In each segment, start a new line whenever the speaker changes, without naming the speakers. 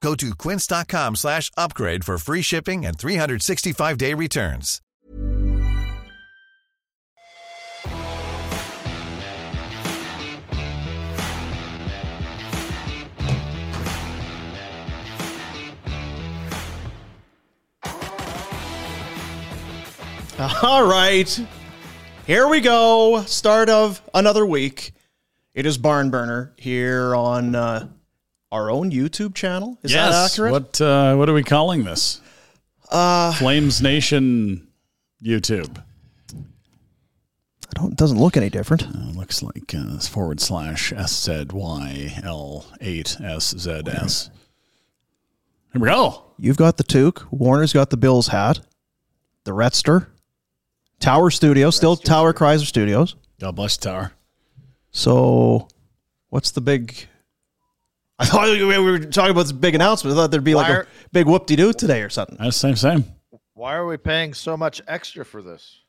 Go to quince.com slash upgrade for free shipping and 365-day returns.
All right. Here we go. Start of another week. It is Barn Burner here on uh, our own YouTube channel. Is that accurate?
What uh, what are we calling this? Uh, Flames Nation YouTube.
I don't, it doesn't look any different.
Uh, looks like uh, it's forward slash S Z Y L eight S Z S. Here we go.
You've got the toque. Warner's got the Bills hat. The Retster. Tower Studios. Still Tower Chrysler Studios.
God bless Tower.
So, what's the big. I thought we were talking about this big announcement. I thought there'd be like
Wire-
a big whoop de doo today or something.
That's same same.
Why are we paying so much extra for this?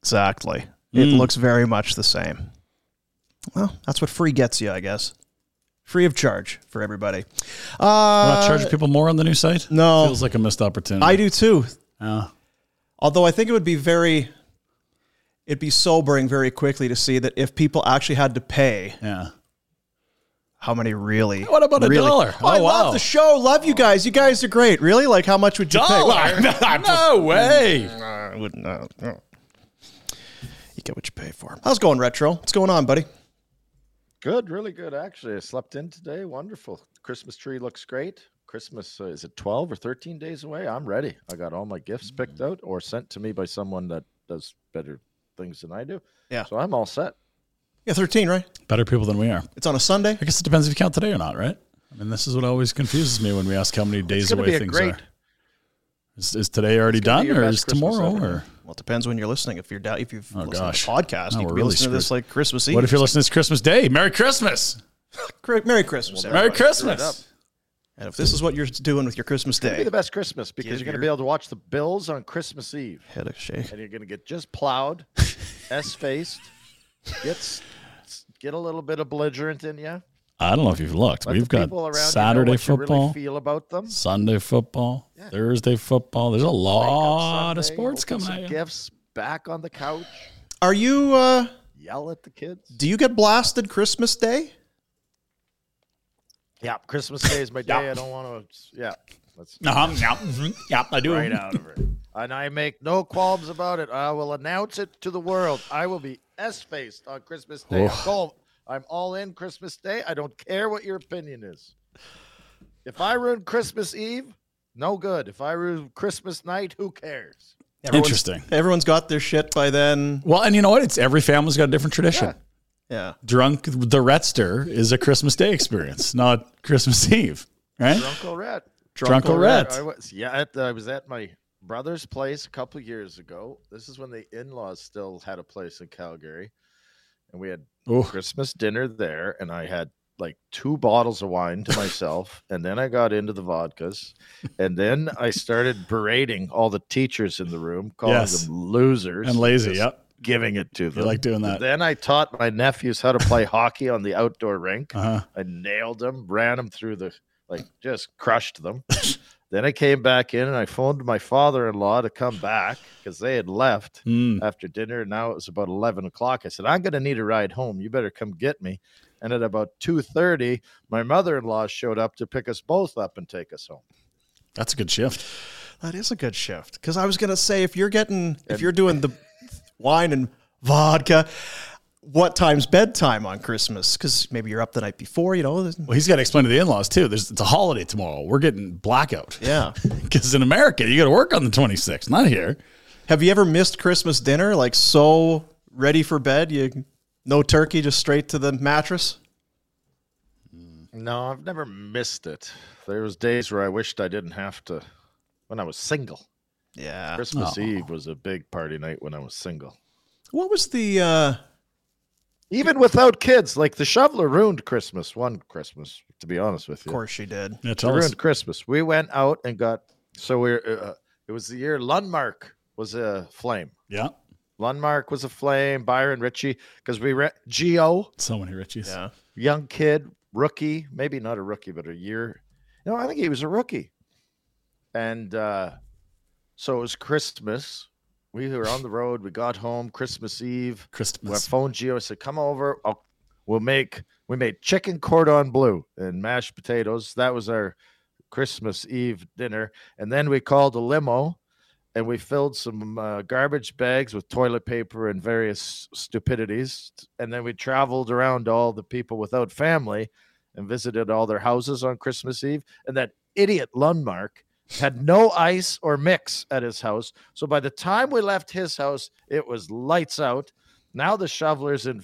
Exactly. It
Hmm.
looks very much the same. Well, that's what free gets you, I guess. Free of charge for everybody.
We're
Uh,
not charging people more on the new site.
no.
feels like a missed opportunity.
I do too.
Uh,
Although I think it would be very, it'd be sobering very quickly to see that if people actually had to pay,
yeah.
how many really?
What about a
really-
dollar?
Oh, I
Oh, wow.
love the show. Love you guys. You guys are great. Really? Like, how much would you pay? Well,
no way.
I wouldn't. Uh, no. You get what you pay for. How's it going, Retro? What's going on, buddy?
Good, really good. Actually, I slept in today. Wonderful. Christmas tree looks great. Christmas uh, is it 12 or 13 days away? I'm ready. I got all my gifts picked out or sent to me by someone that does better things than I do.
Yeah.
So I'm all set.
Yeah, 13, right?
Better people than we are.
It's on a Sunday.
I guess it depends if you count today or not, right? I mean, this is what always confuses me when we ask how many days
gonna be
away
a
things
great-
are. Is, is today already
gonna be
done,
your
or
best
is
Christmas
tomorrow,
ever.
or
Well, it depends when you're listening. If you're down, if you've
Oh,
listened
gosh.
to the podcast,
Now
you could
we're
be
really
listening to this
screwed.
like Christmas Eve.
what if you're listening to this Christmas Day? Merry Christmas!
Cri- Merry Christmas, everybody.
Merry
Everybody screwed up.
Christmas!
And if this is what you're doing with your Christmas
It'll be
day,
the best Christmas because
Give
you're going to
your-
be able to watch the Bills on Christmas Eve
head a shake.
and you're going to get just plowed, S faced, get, s- s- get a little bit of belligerent in you.
I don't know if you've looked.
Let
We've
the
got
people around you know
Saturday
what you really
football,
feel about them.
Sunday football, Thursday football. There's a
Wake up
lot of
Sunday,
sports
open
coming
some
at you.
Gifts back on the couch,
Are you? uh
yell at the kids.
Do you get blasted Christmas Day?
Yeah, Christmas Day is my day. I don't want to. Yeah, let's
Uh-huh, yeah, mhm, yeah, I do.
right out of it. And I make no qualms about it. I will announce it to the world. I will be S faced on Christmas Day. I'm, all- I'm all in Christmas Day. I don't care what your opinion is. If I ruin Christmas Eve, no good. If I ruin Christmas night, who cares?
Everyone's-
Interesting.
Everyone's got their shit by then.
Well, and you know what? It's every family's got a different tradition.
Yeah.
Drunk the Retster is a Christmas Day experience, not Christmas Eve, right?
Uncle Rat.
Drunk or
Rat,
Rat.
I was yeah. At, I was at my brother's place a couple years ago. This is when the in-laws still had a place in Calgary, and we had
Oh,
Christmas dinner there, and I had like two bottles of wine to myself, and then I got into the vodkas, and then I started berating all the teachers in the room, calling
Yes.
them losers
and lazy.
just
Yep.
giving it to
You
them.
like doing that.
then I taught my nephews how to play hockey on the outdoor rink.
Uh-huh.
I nailed them, ran them through the like, just crushed them. then I came back in and I phoned my father-in-law to come back because they had left
Mm.
after dinner. and Now it was about eleven o'clock. I said, "I'm going to need a ride home. You better come get me." And at about two thirty, my mother-in-law showed up to pick us both up and take us home.
That's a good shift.
That is a good shift. Because I was gonna say if you're getting if you're doing the wine and vodka, what time's bedtime on Christmas? Because maybe you're up the night before, you know. there's-
Well, he's got to explain to the in laws, too. There's, it's a holiday tomorrow. We're getting blackout.
Yeah.
Because in America, you got to work on the 26th, not here.
Have you ever missed Christmas dinner? Like so ready for bed, you no turkey, just straight to the mattress.
No, I've never missed it. There was days where I wished I didn't have to. When I was single,
Yeah.
Oh.
Christmas Eve was a big party night when I was single.
What was the uh
Even without kids, like the shoveler ruined Christmas. One Christmas, to be honest with you.
of course she did.
Yeah, tell
Ruined
us.
Christmas. We went out and got so we are uh, it was the year Lundmark was a flame.
Yeah.
Lundmark was a flame. Byron Ritchie because we rent Geo,
So many Richies.
Yeah.
young kid, rookie, maybe not a rookie, but a year. No, I think he was a rookie. And uh, so it was Christmas. We were on the road. We got home Christmas Eve. I
Christmas.
phoned Geo. I said, "Come over. I'll, we'll make we made chicken cordon bleu and mashed potatoes. That was our Christmas Eve dinner. And then we called a limo, and we filled some uh, garbage bags with toilet paper and various stupidities. And then we traveled around to all the people without family, and visited all their houses on Christmas Eve. And that idiot Lundmark." Had no ice or mix at his house. So by the time we left his house, it was lights out. Now the shoveler's in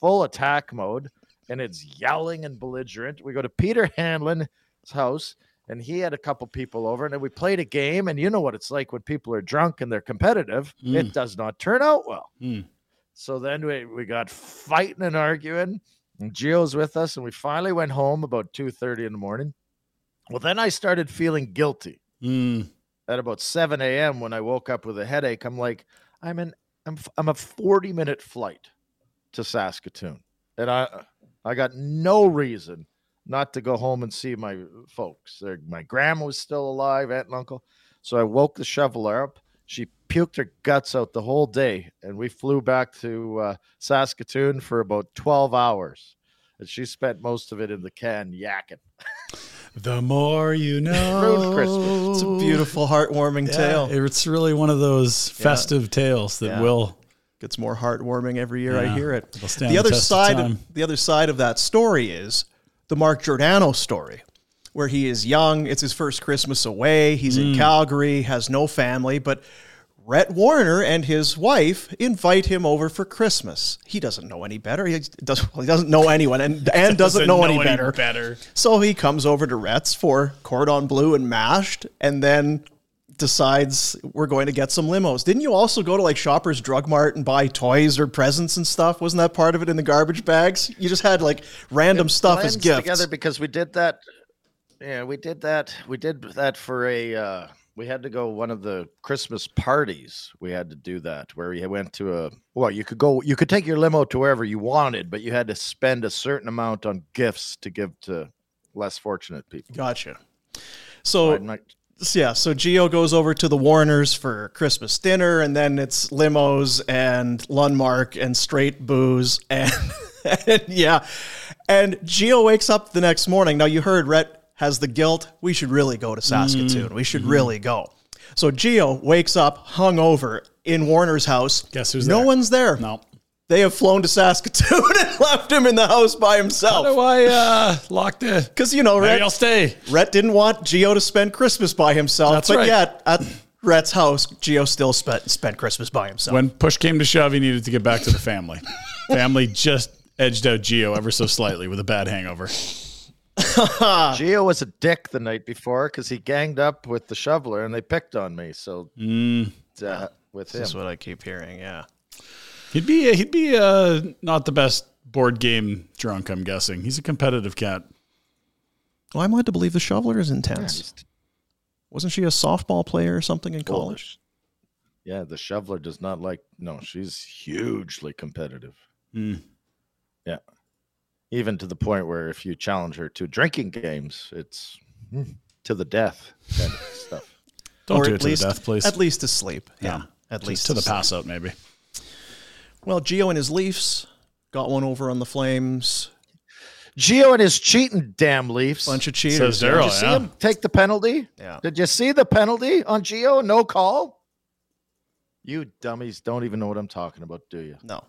full attack mode and it's yelling and belligerent. We go to Peter Hanlon's house and he had a couple people over and then we played a game and you know what it's like when people are drunk and they're competitive, it does not turn out well.
Mm.
So then we, we got fighting and arguing and Gio's with us and we finally went home about 2:30 in the morning. Well, then I started feeling guilty
Mm.
at about 7 a.m. when I woke up with a headache. I'm like, I'm in, I'm, f- I'm a 40 minute flight to Saskatoon, and I, I got no reason not to go home and see my folks. Their- My grandma was still alive, aunt and uncle. So I woke the shoveler up. She puked her guts out the whole day, and we flew back to uh, Saskatoon for about 12 hours. And she spent most of it in the can yakking.
The more you know.
Ruined Christmas.
It's a beautiful, heartwarming
Yeah,
tale.
It's really one of those festive tales that
Yeah.
will
gets more heartwarming every year
Yeah.
I hear it.
It'll stand
The other
the test of
side,
time.
the other side of that story is the Mark Giordano story, where he is young. It's his first Christmas away. He's in
Hmm.
Calgary, has no family, but Rhett Warner and his wife invite him over for Christmas. He doesn't know any better. He doesn't. Well, he doesn't know anyone, and and doesn't, know, any, better. So he comes over to Rhett's for cordon bleu and mashed, and then decides we're going to get some limos. Didn't you also go to like Shoppers Drug Mart and buy toys or presents and stuff? Wasn't that part of it in the garbage bags? You just had like random stuff as
blends
gifts.
together because we did that. Yeah, we did that. We did that for a. Uh, we had to go one of the Christmas parties. We had to do that where you went to a. Well, you could go. You could take your limo to wherever you wanted, but you had to spend a certain amount on gifts to give to less fortunate people.
Gotcha.
I'd
So
not-
yeah, so Geo goes over to the Warners for Christmas dinner, and then it's limos and Lundmark and straight booze and, and yeah, and Geo wakes up the next morning. Now you heard Rhett has the guilt. We should really go to Saskatoon. We
Mm-hmm.
should really go. So Geo wakes up hungover in Warner's house.
Guess who's
no
there?
one's there.
No.
They have flown to Saskatoon and left him in the house by
How do
himself.
I uh, lock the?
Because you know,
Maybe
Rhett,
I'll stay.
Rhett didn't want Geo to spend Christmas by himself,
That's
but
right.
yet at Rhett's house, Geo still spent spent Christmas by himself.
When push came to shove, he needed to get back to the family. family just edged out Geo ever so slightly with a bad hangover.
Geo was a dick the night before because he ganged up with the shoveler and they picked on me. So uh, with him,
That's what I keep hearing. Yeah.
He'd be he'd be uh, not the best board game drunk. I'm guessing he's a competitive cat.
Well, I'm led to believe the shoveler is intense. Wasn't she a softball player or something in
Well, the
college?
sh- yeah, the shoveler does not like. No, she's hugely competitive.
Hmm.
Mm.
Yeah, even to the point where if you challenge her to drinking games, it's hmm, to the death kind of stuff.
Don't
Or
do
at
it to
least-
the death, please.
At least asleep. Yeah. At
To-
least
to the
asleep.
pass out, maybe.
Well, Geo and his Leafs got one over on the Flames.
Geo and his cheating damn Leafs.
Bunch of
Says
cheaters.
Did you
Daryl.
see
Yeah.
him take the penalty?
Yeah.
Did you see the penalty on Geo? No call. You dummies don't even know what I'm talking about, do you?
No.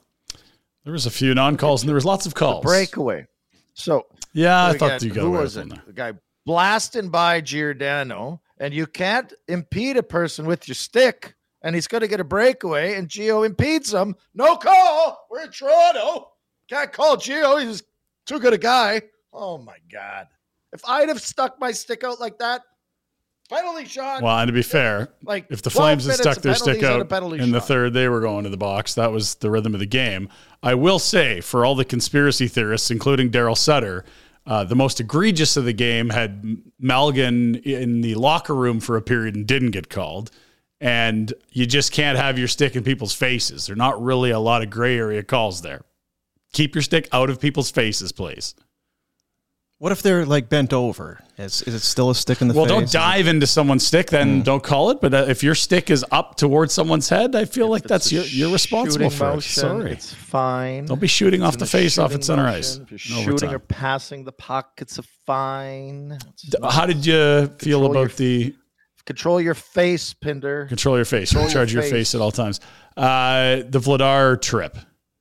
There was a few non-calls, and there was lots of calls.
Breakaway. So
Yeah, I
we
thought
got-
you got
who
away
was
with one
it?
there.
The guy blasting by Giordano, and you can't impede a person with your stick, and he's going to get a breakaway, and Geo impedes him. No call. We're in Toronto. Can't call Geo. He's too good a guy. Oh my god! If I'd have stuck my stick out like that, penalty shot.
Well, and to be fair,
Like,
if the
12
Flames had
minutes
stuck
of
their stick
penalties and a
out
penalty
in the
shot.
third, they were going to the box. That was the rhythm of the game. I will say, for all the conspiracy theorists, including Daryl Sutter, uh, the most egregious of the game had Malgin in the locker room for a period and didn't get called. And you just can't have your stick in people's faces. There are not really a lot of gray area calls there. Keep your stick out of people's faces, please.
What if they're like bent over? Is, is it still a stick in the
Well,
face?
don't dive into someone's stick, then don't call it. But uh, if your stick is up towards someone's head, I feel like
If it's
that's
a
your, you're responsible
shooting
for it.
motion,
Sorry,
it's fine.
don't be shooting off
in
the face off
shooting
at center
motion,
ice.
if you're
in
shooting or
overtime.
passing the pockets of fine. It's
D-
not-
How did you
Control
feel
your
about the
control your face, Pinder?
control your face,
Control your
recharge your face.
face.
at all times? Uh, the Vladar trip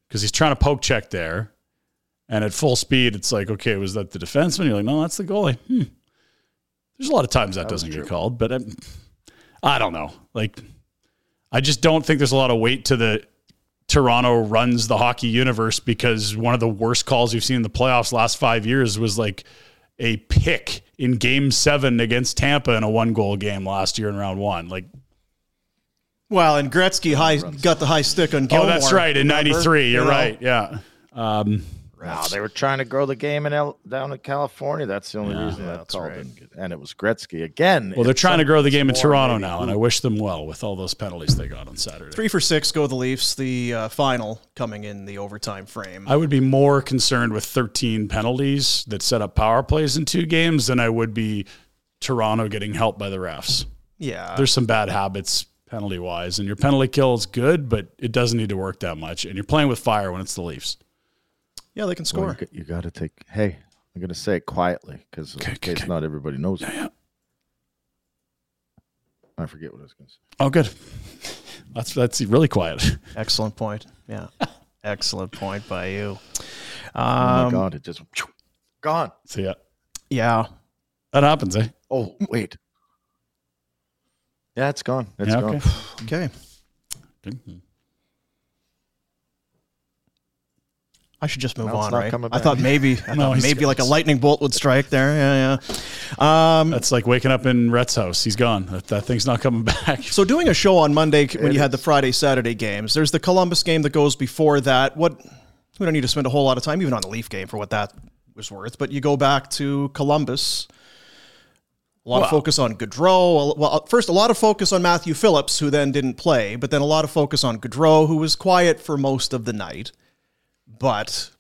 because he's trying to poke check there, and at full speed, it's like, okay, was that the defenseman? You're like, no, that's the goalie. Hmm. There's a lot of times that,
That was
doesn't get
true.
called, but um, I don't know. Like, I just don't think there's a lot of weight to the Toronto runs the hockey universe because one of the worst calls we've seen in the playoffs last five years was like a pick in game seven against Tampa in a one goal game last year in round one. Like,
Well, and Gretzky high, got the high stick on Gilmore.
oh, that's right. In
remember?
93. You're
You know?
right. Yeah. Um,
Wow, they were trying to grow the game in L- down in California. That's the only reason that called didn't get- And it was Gretzky again.
well, they're
it's
trying to
some-
grow the game in
more
Toronto
maybe
now, and I wish them well with all those penalties they got on Saturday.
Three for six go the Leafs. The uh, final coming in the overtime frame.
I would be more concerned with 13 penalties that set up power plays in two games than I would be Toronto getting helped by the refs.
yeah.
There's some bad habits penalty wise, and your penalty kill is good, but it doesn't need to work that much. And you're playing with fire when it's the Leafs.
Yeah, they can
Well, you
score.
g- you got to take. Hey, I'm going to say it quietly because in
okay,
case
okay.
not everybody knows. it.
yeah.
I forget what I was going to say.
Oh, good. That's that's really quiet.
Excellent point. Yeah. Excellent point by you.
Oh my
Um,
god, it just gone.
So yeah,
yeah.
that happens, eh?
Oh wait. Yeah, it's gone. It's
yeah,
gone.
okay.
Okay.
Good.
I should just move
Now it's
on,
not
right?
coming
I
back.
thought maybe, I
No,
thought
he's
maybe
got
like a
this.
lightning bolt would strike there. Yeah, yeah. Um,
That's like waking up in Rhett's house. He's gone. That, that thing's not coming back.
so doing a show on Monday c- when you had the Friday Saturday games. There's the Columbus game that goes before that. What we don't need to spend a whole lot of time even on the Leaf game for what that was worth. But you go back to Columbus. A lot of
Well-
focus on Gaudreau. A- Well, first, a lot of focus on Matthew Phillips, who then didn't play, but then a lot of focus on Gaudreau, who was quiet for most of the night. But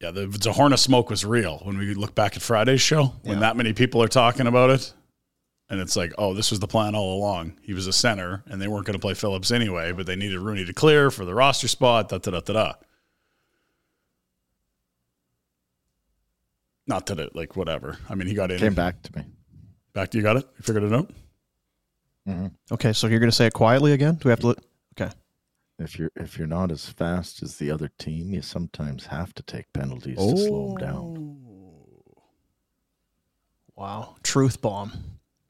Yeah, the Zahorna smoke was real when we look back at Friday's show when that many people are talking about it. And it's like, oh, this was the plan all along. He was a center, and they weren't going to play Phillips anyway, but they needed Rooney to clear for the roster spot. Da da da da da. Not that it like whatever. I mean, he got in.
Came back to me.
Back you got it. You figured it out.
okay, so you're going to say it quietly again? Do we have to? Look? Okay.
If you're if you're not as fast as the other team, you sometimes have to take penalties to Oh. slow them down.
Wow. Truth bomb.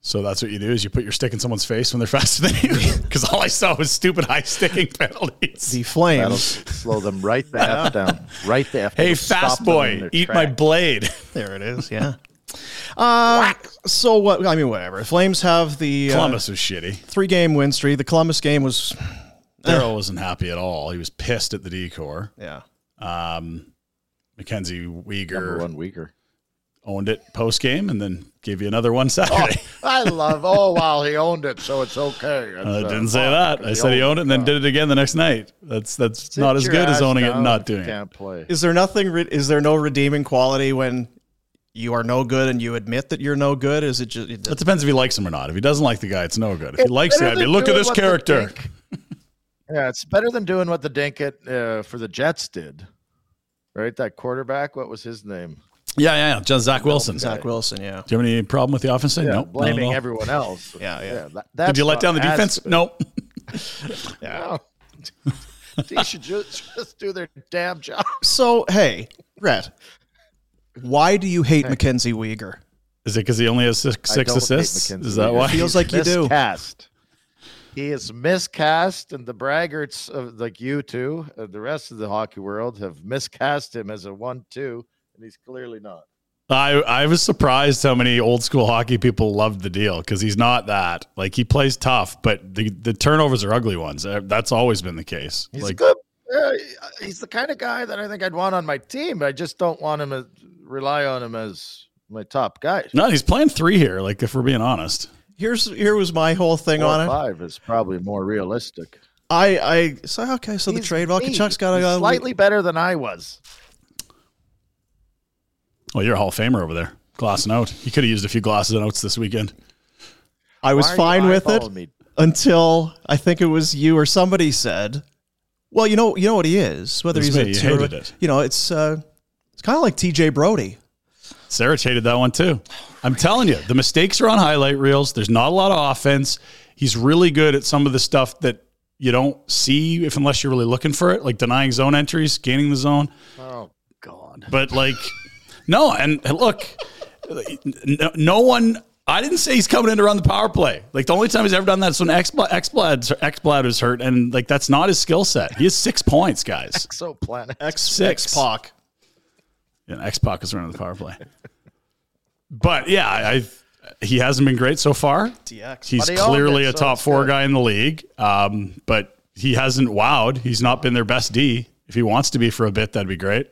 So that's what you do is you put your stick in someone's face when they're faster than you. Because all I saw was stupid high sticking penalties.
The
That'll
Flames.
slow them right the F down. Right the F
hey,
It'll stop
fast
them in
boy,
their
eat my
tracks.
blade.
There it is. Yeah. Uh, so what? I mean, whatever. Flames have the uh,
Columbus was shitty.
three-game win streak. The Columbus game was,
Daryl wasn't happy at all. He was pissed at the decor.
yeah,
Um, Mackenzie
Number
Weegar
one weaker.
owned it post game and then gave you another one Saturday.
I love. Oh, well, he owned it, so it's okay. It's,
I
uh,
didn't say
oh,
that. I said he owned it and then did it again the next night. That's that's
uh, Sit
not as
your
good as
ass
owning it and
down
not
if you
doing it.
Can't play.
Is there nothing? Re- is there no redeeming quality when you are no good and you admit that you're no good? Is it just? It,
It depends if he likes him or not. If he doesn't like the guy, it's no good. If he likes the guy,
better
I'd be,
than
look at
doing
this
what the
character.
dink- yeah, it's better than doing what the Dinkit uh, for the Jets did. Right, that quarterback. What was his name?
Yeah, yeah, yeah. John Zach Wilson.
Zach Wilson, yeah.
Do you have any problem with the offense?
Yeah,
nope. not at
blaming
all.
everyone else.
Yeah, yeah.
that,
Did
that's
you let
not
down the
as
defense?
good.
Nope.
No. they should just, just do their damn job.
So hey, Rhett, why do you hate Mackenzie Weegar?
Is it because he only has six,
I
six
don't hate
assists?
Mackenzie
Is that
Weegar.
why?
Feels like you do.
miscast. He is miscast, and the braggarts of like you two, uh, the rest of the hockey world, have miscast him as a one-two, and he's clearly not.
I, I was surprised how many old school hockey people loved the deal because he's not that. Like he plays tough, but the, the turnovers are ugly ones. Uh, That's always been the case.
He's
like
good. Uh, he's the kind of guy that I think I'd want on my team. I just don't want him to rely on him as my top guy.
no, he's playing three here. Like if we're being honest,
Here's here was my whole thing
Four or
on it.
five is probably more realistic.
I I so okay. So the
He's
trade, well,
me.
Kachuk's got
He's
a
slightly better than I was.
well, you're a Hall of Famer over there. Glass and out. You could have used a few glasses and oats this weekend.
I was
Why are you
fine with it
eyeballing me?
until I think it was you or somebody said, "Well, you know, you know what he is. Whether
It's
he's
me,
a
you
two,
hated it.
you know, it's uh, it's kind of like T.J. Brody.
Sarich hated that one too. I'm telling you, the mistakes are on highlight reels. There's not a lot of offense. He's really good at some of the stuff that you don't see if unless you're really looking for it, like denying zone entries, gaining the zone.
Oh God.
But like, no, and and look, no, no one. I didn't say he's coming in to run the power play. Like the only time he's ever done that is when Xblad Xblad was hurt, and like that's not his skill set. He has six points, guys.
So planet.
X
Six.
Pac.
And X Pac is running the power play. But yeah, I I- he hasn't been great so far.
DX.
He's
But he owned
clearly
it,
a
so
top
it's
four
good.
guy in the league, um, but he hasn't wowed. He's not been their best D. If he wants to be for a bit, that'd be great.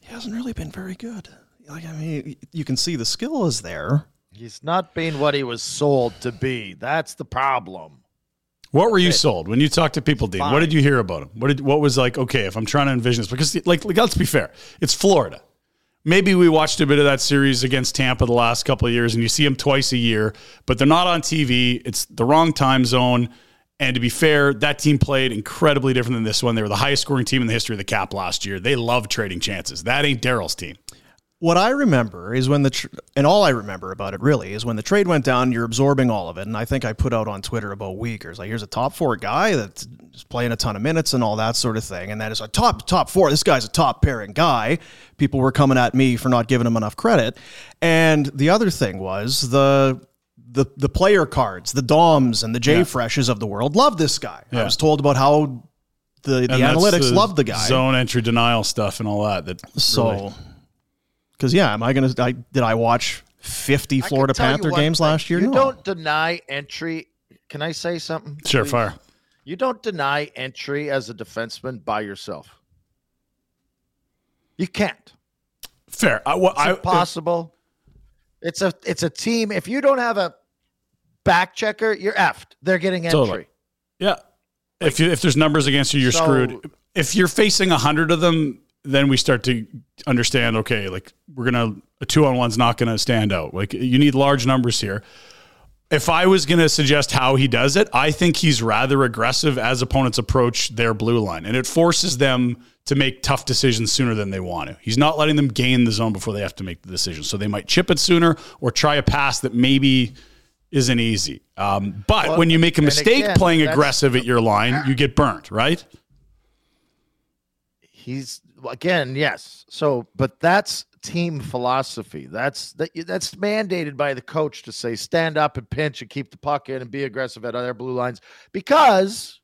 He hasn't really been very good. Like I mean, you can see the skill is there.
He's not being what he was sold to be. That's the problem.
What were you sold when you talked to people, Dean? What
Fine.
did you hear about him? What did what was like? Okay, if I'm trying to envision this, because like, like, let's be fair, it's Florida. Maybe we watched a bit of that series against Tampa the last couple of years, and you see them twice a year, but they're not on TV. It's the wrong time zone. And to be fair, that team played incredibly different than this one. They were the highest scoring team in the history of the cap last year. They love trading chances. That ain't Daryl's team.
What I remember is when the tr- and all I remember about it really is when the trade went down. You're absorbing all of it, and I think I put out on Twitter about Uyghurs. Like here's a top four guy that's just playing a ton of minutes and all that sort of thing, and that is a top top four. This guy's a top pairing guy. People were coming at me for not giving him enough credit, and the other thing was the the the player cards, the Doms and the J Freshes of the world love this guy. I
Yeah.
was told about how the the
And that's
analytics love the guy.
Zone entry denial stuff and all that. That really-
So, because yeah, am I gonna? I, did I watch fifty
I can
Florida
tell you
Panther
one
games
thing.
last year?
You
no,
don't deny entry. Can I say something?
sure
please?
fire.
You don't deny entry as a defenseman by yourself. You can't.
Fair. I, well,
It's
I,
impossible. It's a it's a team. If you don't have a back checker, you're effed. They're getting entry.
Totally. Yeah. if you, if there's numbers against you, you're
So-
screwed. If you're facing a hundred of them, then we start to understand. Okay, like we're gonna a two on one's not gonna stand out. Like you need large numbers here. If I was gonna suggest how he does it, I think he's rather aggressive as opponents approach their blue line, and it forces them to make tough decisions sooner than they want to. He's not letting them gain the zone before they have to make the decision, so they might chip it sooner or try a pass that maybe isn't easy. Um, but
Well,
when you make a
and
mistake
again,
playing
that's-
aggressive at your line, you get burnt, right?
He's again, yes. So, but that's team philosophy. That's that, that's mandated by the coach to say stand up and pinch and keep the puck in and be aggressive at other blue lines because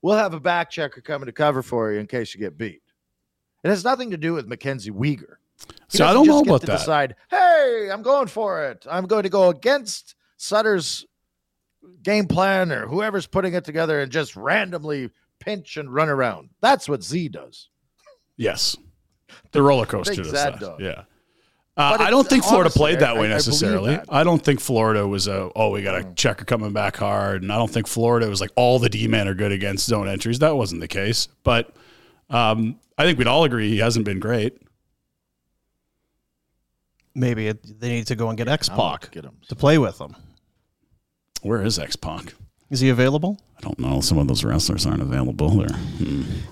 we'll have a back checker coming to cover for you in case you get beat. It has nothing to do with Mackenzie Weegar. He
So I
doesn't
don't know
just get
about
to
that.
Decide, hey, I'm going for it. I'm going to go against Sutter's game plan or whoever's putting it together and just randomly pinch and run around. That's what Z does.
Yes, the roller coaster
Big
does
Zad
that.
dog.
Yeah. Uh,
But
I don't
it's-
think Florida
honestly,
played that
I- I
way
believe
necessarily. I,
that. Mm.
don't think Florida was a oh we got a checker coming back hard, and I don't think Florida was like all the D men are good against zone entries. That wasn't the case, but um, I think we'd all agree he hasn't been great.
Maybe it, they need to go and get X Pac
Get him.
to play with him.
Where is X Pac?
Is he available?
I don't know. Some of those wrestlers aren't available. There.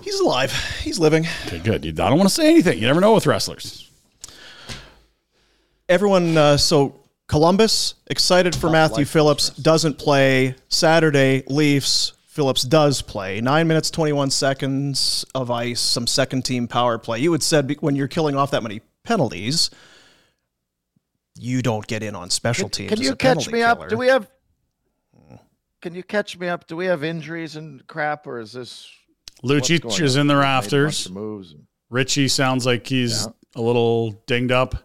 He's alive. He's living.
Okay, good. You- I don't want to say anything. You never know with wrestlers.
Everyone, uh, so Columbus excited for Matthew Phillips doesn't play Saturday. Leafs Phillips does play. Nine minutes twenty one seconds of ice. Some second team power play. You had said be- when you're killing off that many penalties, you don't get in on special teams.
Can
as
you
a
catch
penalty
me up?
killer.
Do we have? Can you catch me up? Do we have injuries and crap, or is this? what's
Lucic
going
is
on?
in the
Made a bunch
rafters.
of Moves. and-
Richie sounds like he's a little dinged up,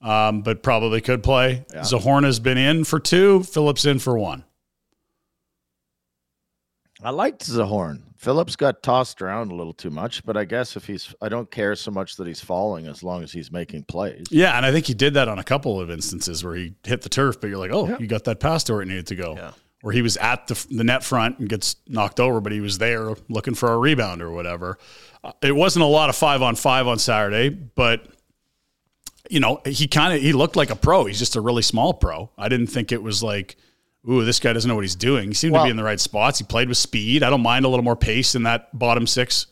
um, but probably could play. Zahorna's been in for two. Phillips in for one.
I liked Zahorn. Phillips got tossed around a little too much, but I guess if he's, I don't care so much that he's falling as long as he's making plays.
Yeah, and I think he did that on a couple of instances where he hit the turf, but you're like, oh, you got that pass to where it needed to go.
Yeah.
Where he was at the, the net front and gets knocked over, but he was there looking for a rebound or whatever. Uh, It wasn't a lot of five on five on Saturday, but you know he kind of he looked like a pro. He's just a really small pro. I didn't think it was like, ooh, this guy doesn't know what he's doing. He seemed to
Well-
be in the right spots. He played with speed. I don't mind a little more pace in that bottom six.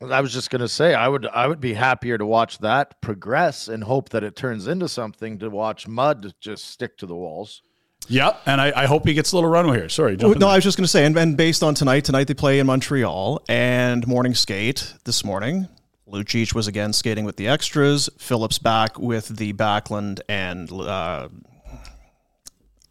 Well, I was just gonna say I would I would be happier to watch that progress and hope that it turns into something to watch Mud just stick to the walls.
Yep, and I, I hope he gets a little runway here. Sorry, jump
Well,
in
no,
there.
I was just going to say, and, and based on tonight, tonight they play in Montreal and morning skate this morning. Lucic was again skating with the extras. Phillips back with the Backlund and uh,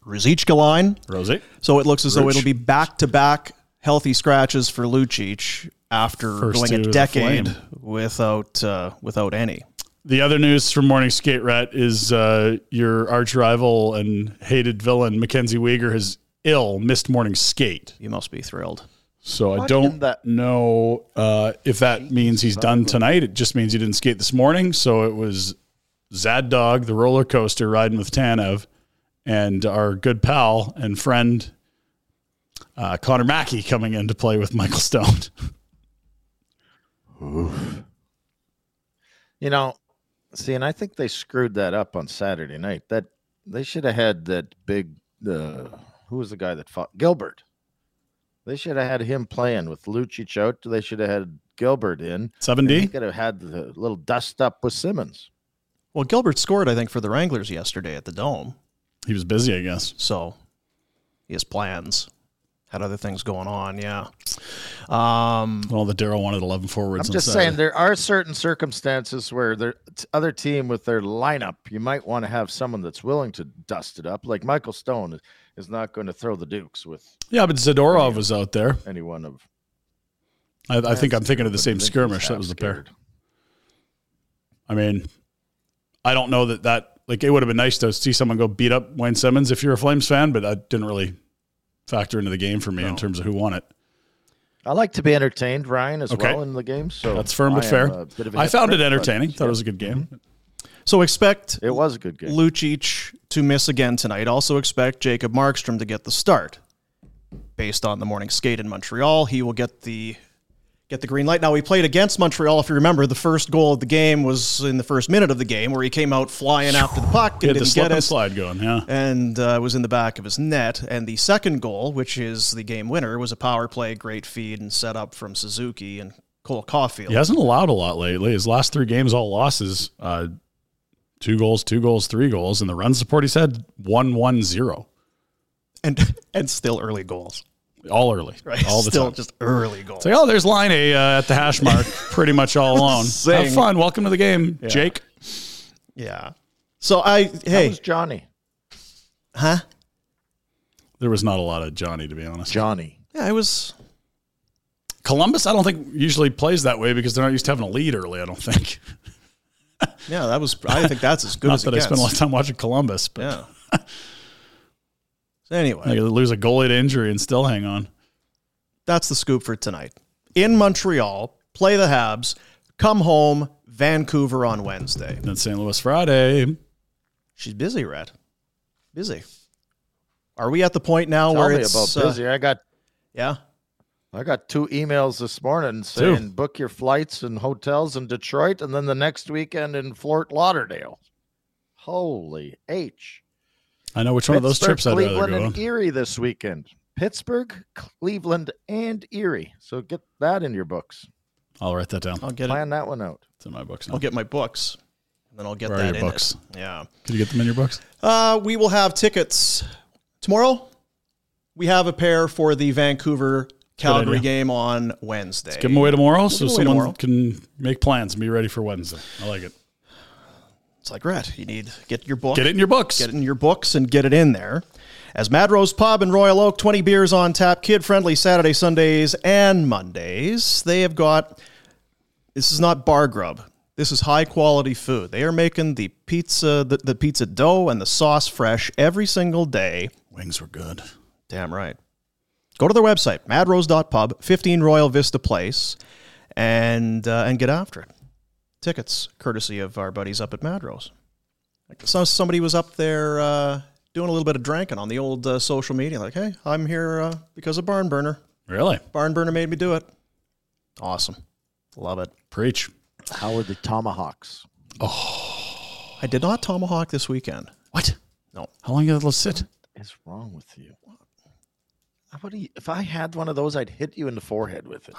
Ruzicka line.
Rosie.
So it looks as though it'll be back to back healthy scratches for Lucic after
First
going a
two of the
decade
flame.
without uh, without any.
The other news from Morning Skate Rat is uh, your arch rival and hated villain Mackenzie Weegar has ill missed Morning Skate.
You must be thrilled.
So I
What
don't
in the-
know uh, if that means he's done tonight. It just means he didn't skate this morning. So it was Zad Dog, the roller coaster riding with Tanev, and our good pal and friend uh, Connor Mackey coming in to play with Michael Stone.
You know, see, and I think they screwed that up on Saturday night. That they should have had that big. Uh, who was the guy that fought Gilbert? They should have had him playing with Lucic out. They should have had Gilbert in.
Seven
They
D.
could have had the little dust up with Simmons.
Well, Gilbert scored, I think, for the Wranglers yesterday at the Dome.
He was busy, I guess.
So he has plans. Had other things going on, yeah. Um,
Well, the Daryl wanted eleven forwards.
I'm
on
just
Saturday.
saying there are certain circumstances where the t- other team with their lineup, you might want to have someone that's willing to dust it up. Like Michael Stone is- is not going to throw the Dukes with
Yeah, but Zadorov was out there.
anyone of.
I, I think I'm thinking of the
I
same
think he's
skirmish. That
half
was the pair.
scared.
I mean, I don't know that that like it would have been nice to see someone go beat up Wayne Simmons if you're a Flames fan, but that didn't really factor into the game for me in terms of who won it.
I like to be entertained, Ryan, as
Okay.
well in the game. So
That's firm but
I am a
fair.
bit of a
I found
hypocrite, but
it
Mm-hmm.
entertaining. Thought it was a good game.
so expect
It was a good game.
Lucic to miss again tonight. Also expect Jacob Markstrom to get the start. Based on the morning skate in Montreal, he will get the get the green light. Now he played against Montreal. If you remember, the first goal of the game was in the first minute of the game, where he came out flying after the puck
He
and
had the
didn't
slip
get
and
it.
slide going. Yeah,
and uh, was in the back of his net. And the second goal, which is the game winner, was a power play, great feed and setup from Suzuki and Cole Caulfield.
he hasn't allowed a lot lately. His last three games, all losses. Uh, Two goals, two goals, three goals, and the run support he's had one one zero.
and and still early goals.
all early,
Right.
all the
Still
time.
just early goal.
It's like, oh, there's line A uh, at the hash mark, pretty much all alone.
Sing.
Have fun. Welcome to the game, Jake.
yeah. So I
That
hey
was Johnny.
huh
There was not a lot of Johnny, to be honest.
Johnny.
yeah I was
Columbus, I don't think usually plays that way because they're not used to having a lead early. I don't think.
yeah that was I think that's as good
not
as
that
it
I spent a lot
gets.
of time watching Columbus, but
Yeah. So anyway,
I could lose a goalie to injury and still hang on.
that's the scoop for tonight. In Montreal, play the Habs, come home, Vancouver on Wednesday.
And then St. Louis Friday.
She's busy, Red. Busy. Are we at the point now
Oh,
Tell
where
me about
it's uh,
busy. I got
yeah?
I got two emails this morning saying book your flights and hotels in Detroit and then the next weekend in Fort Lauderdale. Holy H.
I know which one of those
Pittsburgh,
trips I'd rather
Cleveland
go
and
on.
Erie this weekend. Pittsburgh, Cleveland, and Erie. So get that in your books.
I'll write that down.
I'll get it.
Plan that one out.
It's in my books now.
I'll get my books, and then I'll get
Where are
that
your
in it.
books?
Yeah.
Could you get them in your books?
Uh, we will have tickets tomorrow. We have a pair for the Vancouver Calgary
idea.
game on Wednesday.
Give them away tomorrow so
We'll do it
someone
tomorrow.
can make plans and be ready for Wednesday. I like it.
It's like Red. You need get your book.
Get it in your books.
get it in your books and get it in there. As Mad Rose Pub in Royal Oak, 20 beers on tap, kid friendly Saturday, Sundays, and Mondays. They have got this is not bar grub. This is high quality food. They are making the pizza, the, the pizza dough and the sauce fresh every single day.
Wings were good.
Damn right. Go to their website, madrose.pub, 15 Royal Vista Place, and uh, and get after it. Tickets, courtesy of our buddies up at Madrose. So somebody was up there uh, doing a little bit of drinking on the old uh, social media, like, hey, I'm here uh, because of Barn Burner.
Really?
Barn Burner made me do it. Awesome. Love it.
Preach.
How are the Tomahawks?
I did not tomahawk this weekend.
What?
No.
How long did it sit?
Is wrong with you? How about you? If I had one of those, I'd hit you in the forehead with it.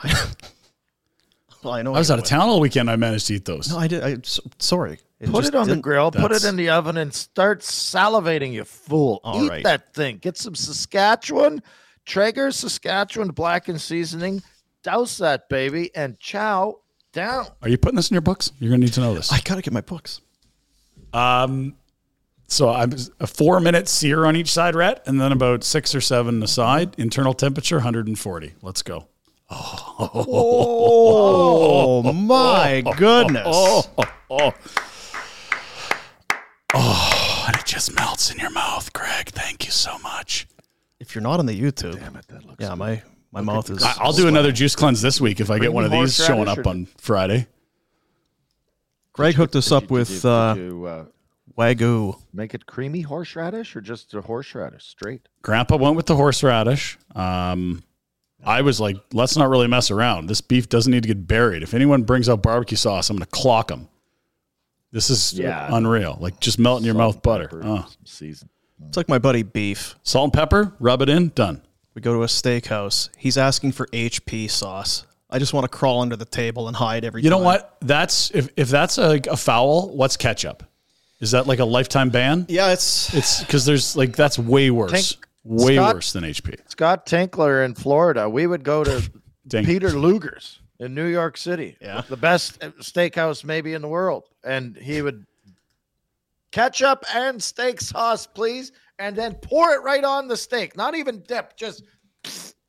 Well, I know.
I was
you
out of
would.
town all weekend. I managed to eat those.
No, I did. I, s- sorry.
Put
just
it on the
didn't-
grill, put it
that's-
in the oven, and start salivating, you fool.
All
Eat
right.
that thing. Get some Saskatchewan, Traeger Saskatchewan blackened seasoning. Douse that baby and chow down.
Are you putting this in your books? You're going to need to know this.
I got to get my books.
Um, so I'm a four minute sear on each side, rat, and then about six or seven aside. Internal temperature 140. Let's go.
Oh my goodness.
Oh, and it just melts in your mouth, Greg. Thank you so much.
If you're not on the YouTube, damn it, that looks yeah, my my mouth is.
I, will do another juice cleanse this week if I get
me
one of
more
these showing
radish
up
or-
on Friday.
Greg hooked us up
Did
with
you,
uh,
did you, uh,
wagyu.
make it creamy horseradish or just a horseradish straight?
Grandpa went with the horseradish. Um, I was like, let's not really mess around. This beef doesn't need to get buried. If anyone brings out barbecue sauce, I'm going to clock them. This is
Yeah.
unreal. Like just melt in your mouth butter.
Pepper,
Uh,
some season.
It's like my buddy Beef.
salt and pepper, rub it in, done.
We go to a steakhouse. He's asking for HP sauce. I just want to crawl under the table and hide every.
You know
time.
what? That's if, if that's a, like a foul, what's ketchup? Is that like a lifetime ban?
Yeah, it's
It's because there's like that's way worse,
Tank-
way
Scott-
worse than HP.
Scott Tinkler in Florida. We would go to
Dang.
Peter Luger's in New York City.
Yeah.
The best steakhouse maybe in the world. And he would ketchup and steak sauce, please, and then pour it right on the steak. Not even dip, just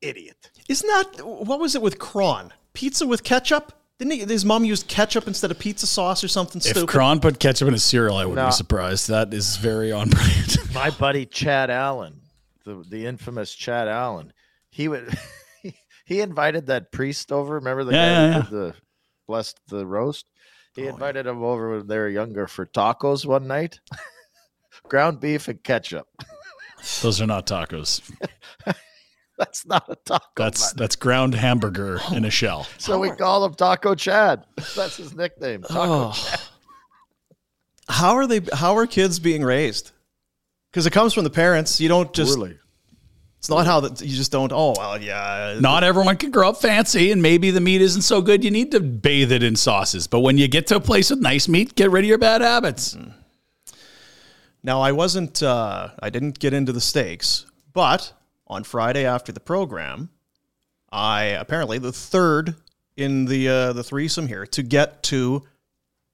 idiot.
isn't that what was it with Kron pizza with ketchup? Didn't he, his mom used ketchup instead of pizza sauce or something
If
stupid?
Kron put ketchup in his cereal, I wouldn't
No.
be surprised. That is very on brand.
My buddy Chad Allen, the, the infamous Chad Allen, he would he invited that priest over. Remember the
Yeah,
guy
yeah,
who
Oh,
did the blessed the roast? He invited him over when they were younger for tacos one night. Ground beef and ketchup.
Those are not tacos.
That's not a taco. bun.
That's that's ground hamburger in a shell.
so we call him Taco Chad. That's his nickname. Taco
Oh. How are they? How are kids being raised? Because it comes from the parents. You don't just. It's not how that you just don't. Oh well, yeah.
Not everyone can grow up fancy, and maybe the meat isn't so good. You need to bathe it in sauces. But when you get to a place with nice meat, get rid of your bad habits.
Mm-hmm. Now I wasn't. Uh, I didn't get into the steaks, but on Friday after the program, I apparently the third in the uh, the threesome here to get to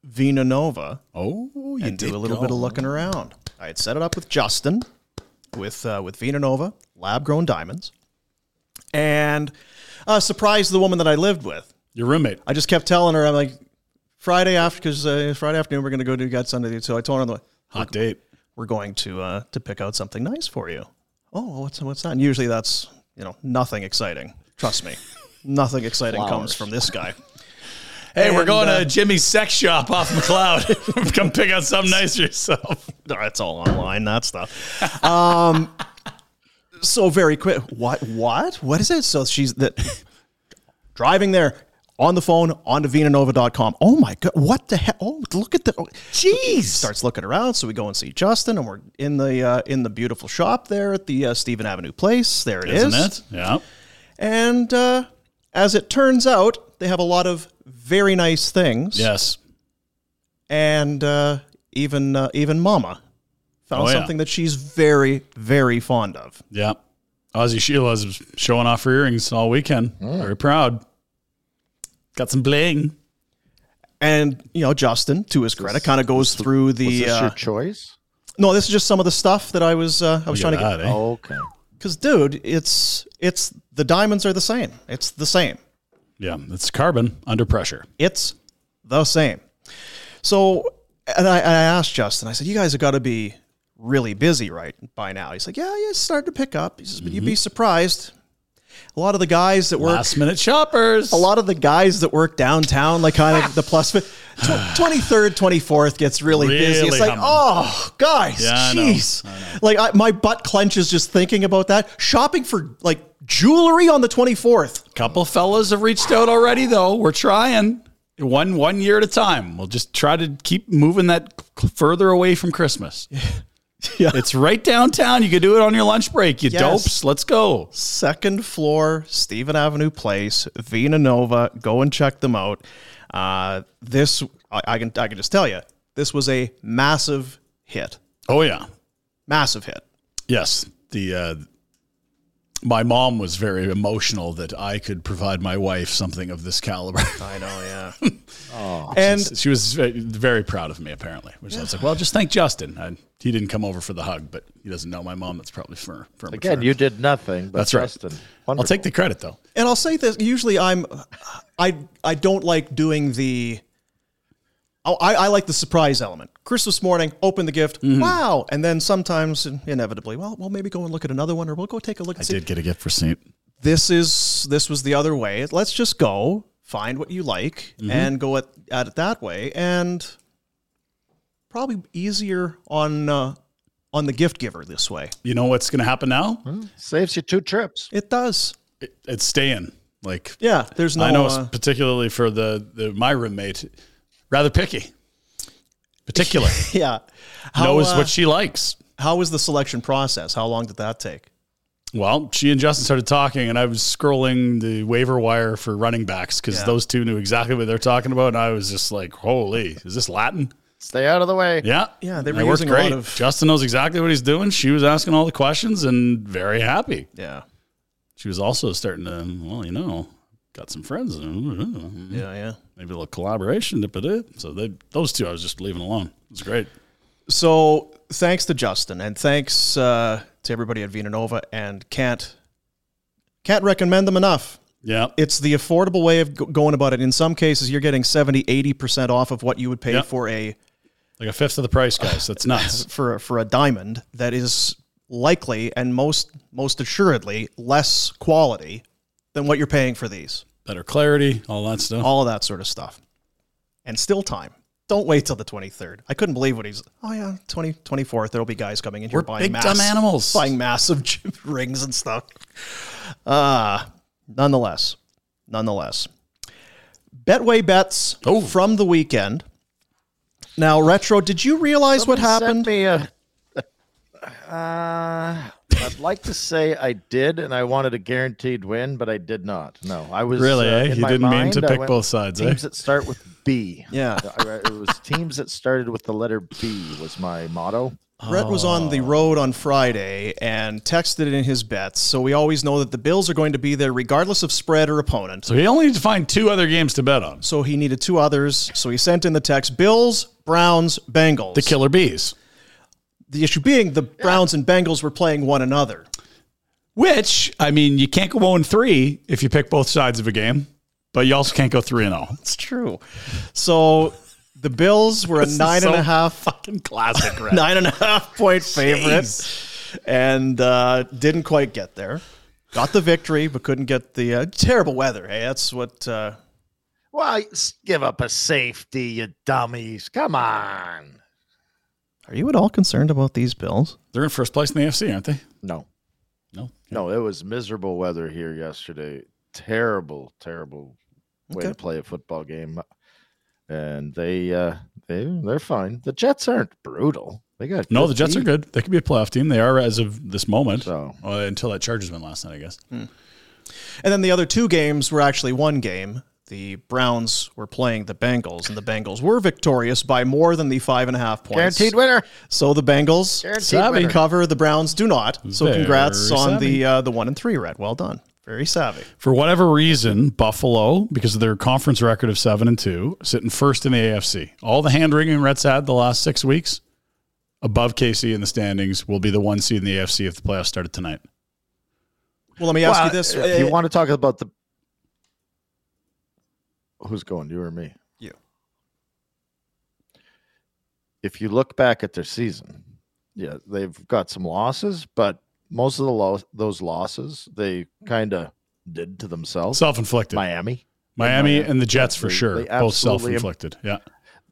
Vina Nova
Oh, you
and do a little bit of looking around. I had set it up with Justin, with uh, with Vina Nova, lab grown diamonds, and uh, surprised the woman that I lived with.
Your roommate.
I just kept telling her, I'm like, Friday after, because uh, Friday afternoon we're going to go do God Sunday. So I told her, on the way,
Hot date.
we're going to uh, to pick out something nice for you. Oh, what's what's that? And usually that's you know nothing exciting. Trust me, nothing exciting comes from this guy.
Hey, we're
And,
going
uh,
to Jimmy's sex shop off McLeod. Come pick out something nice for yourself.
No, that's all online. That stuff. Um, so very quick. What? What? What is it? So she's that driving there on the phone onto venanova.com. Oh my god! What the hell? Oh, look at the. Jeez. Starts looking around. So we go and see Justin, and we're in the uh, in the beautiful shop there at the uh, Stephen Avenue place. There it
Isn't
is.
it? Yeah.
And uh, as it turns out, they have a lot of very nice things.
Yes.
And uh, even uh, even Mama found
Oh, yeah.
something that she's very very fond of.
Yeah. Ozzy Sheila's showing off her earrings all weekend.
Mm.
Very proud. Got some bling.
And you know, Justin, to his credit, kind of goes through
Is
the.
this
uh,
your choice?
no, this is just some of the stuff that I was uh, I was trying to get.
Look at that, eh?
Okay.
Because, dude, it's it's the diamonds are the same. It's the same.
Yeah, it's carbon under pressure.
It's the same. So, and I, and I asked Justin, I said, you guys have got to be really busy right by now. He's like, yeah, yeah, it's starting to pick up. He says, but you'd be surprised. A lot of the guys that work,
Mm-hmm. Last minute shoppers.
a lot of the guys that work downtown, like kind of the plus, tw- 23rd, 24th gets really, busy. It's
Really
like,
humming.
oh, guys,
Yeah, I know.
jeez. Like I, my butt clenches just thinking about that. Shopping for like jewelry on the 24th.
Couple fellas have reached out already, though. We're trying one one year at a time. We'll just try to keep moving that c- further away from Christmas.
Yeah.
It's right downtown. You could do it on your lunch break. You
Yes.
dopes. Let's go.
second floor Stephen Avenue Place, Vina Nova. Go and check them out. Uh, this I, I can I can just tell you, this was a massive hit,
Oh yeah.
massive hit.
Yes. The uh, my mom was very emotional that I could provide my wife something of this caliber.
I know, yeah.
Oh,
and
she was ve- very proud of me apparently which i was like well just thank justin I, he didn't come over for the hug but he doesn't know my mom that's probably for, for
Again, you did nothing, but
That's right.
Justin.
i'll take the credit though
and I'll say this. Usually, I'm I I don't like doing the. I, I like the surprise element. Christmas morning, open the gift,
Mm-hmm.
wow, and then sometimes inevitably, well, we'll maybe go and look at another one, or we'll go take a look. And
i
see.
did get a gift for saint
this is this was the other way. Let's just go find what you like
Mm-hmm.
and go at, at it that way, and probably easier on uh, on the gift giver this way.
you know what's going to happen now
Saves you two trips.
It does,
it, it's staying like
yeah. There's no,
i know
uh,
particularly for the, the my roommate rather picky particular
yeah. How,
knows
uh,
what she likes
how was the selection process? How long did that take?
Well, she and Justin started talking, and I was scrolling the waiver wire for running backs because those two knew exactly what they're talking about, and I was just like, "Holy, is this Latin?"
Stay out of the way.
Yeah,
Yeah, they
And
were
it worked
using a lot of-
Justin knows exactly what he's doing. She was asking all the questions and very happy.
Yeah,
She was also starting to, well, you know, got some friends, maybe
yeah, yeah.
a little collaboration. So they, those two, I was just leaving alone. It was great.
So thanks to Justin and thanks uh, to everybody at Vina Nova, and can't can't recommend them enough.
Yeah,
it's the affordable way of go- going about it. In some cases, you're getting 70, 80% off of what you would pay
Yep.
for a
like a fifth of the price, guys. That's nuts.
for a- for a diamond that is likely and most most assuredly less quality than what you're paying for these.
Better clarity, all that stuff.
All of that sort of stuff. And still time. Don't wait till the 23rd. I couldn't believe what he's Oh yeah, 20 24th there'll be guys coming in here
We're
buying
big
mass,
dumb animals.
buying massive rings and stuff. Uh nonetheless. Nonetheless. Betway bets
Oh.
from the weekend. Now, retro, did you realize what happened?
Send me a. Uh, I'd like to say I did, and I wanted a guaranteed win, but I did not. No, I was
Really,
uh,
eh?
in
You
my
didn't mean
mind,
to
I
pick
went
both sides, eh?
Teams that start with B.
Yeah.
I- I- it was teams that started with the letter B was my motto.
Brett was on
Oh.
the road on Friday and texted in his bets, so we always know that the Bills are going to be there regardless of spread or opponent.
So he only needs to find two other games to bet on.
So he needed two others, so he sent in the text Bills, Browns, Bengals.
The Killer Bees,
The issue being the Browns and Bengals were playing one another.
which I mean, you can't go 0 3 if you pick both sides of a game, but you also can't go oh. 3 0.
It's true. So the Bills were a nine and a half
fucking classic, right?
nine and a half point favorite and uh, didn't quite get there. Got the victory, but couldn't get the uh, terrible weather. Hey, that's what. Uh,
Why s- give up a safety, you dummies? Come on.
are you at all concerned about these Bills?
They're in first place in the AFC, aren't they?
No,
No.
no, it was miserable weather here yesterday. Terrible, terrible way to
Okay.
play a football game. And they, uh, they, they're fine. The Jets aren't brutal. They got
No, the Jets are
defense.
good. They could be a playoff team. They are as of this moment,
So-
Uh, until that Chargers win last night, I guess.
And then the other two games were actually one game. The Browns were playing the Bengals, and the Bengals were victorious by more than the five and a half points.
Guaranteed winner.
So the Bengals
Guaranteed
savvy
winner.
cover. The Browns do not. So
Very
congrats on
savvy.
the uh, the one and three red. Well done. Very savvy.
For whatever reason, Buffalo, because of their conference record of seven and two, sitting first in the AFC. All the hand wringing Reds had the last six weeks, above KC in the standings, will be the one seed in the AFC if the playoffs started tonight.
Well, let me ask
Well,
you this:
If you
Uh,
want to talk about the. Who's going, you or me?
You.
If you look back at their season, yeah, they've got some losses, but most of the lo- those losses they kind of did to themselves.
Self inflicted. Miami,
Miami,
and the Jets for
They-
sure,
they
both self
absolutely-
inflicted. Yeah.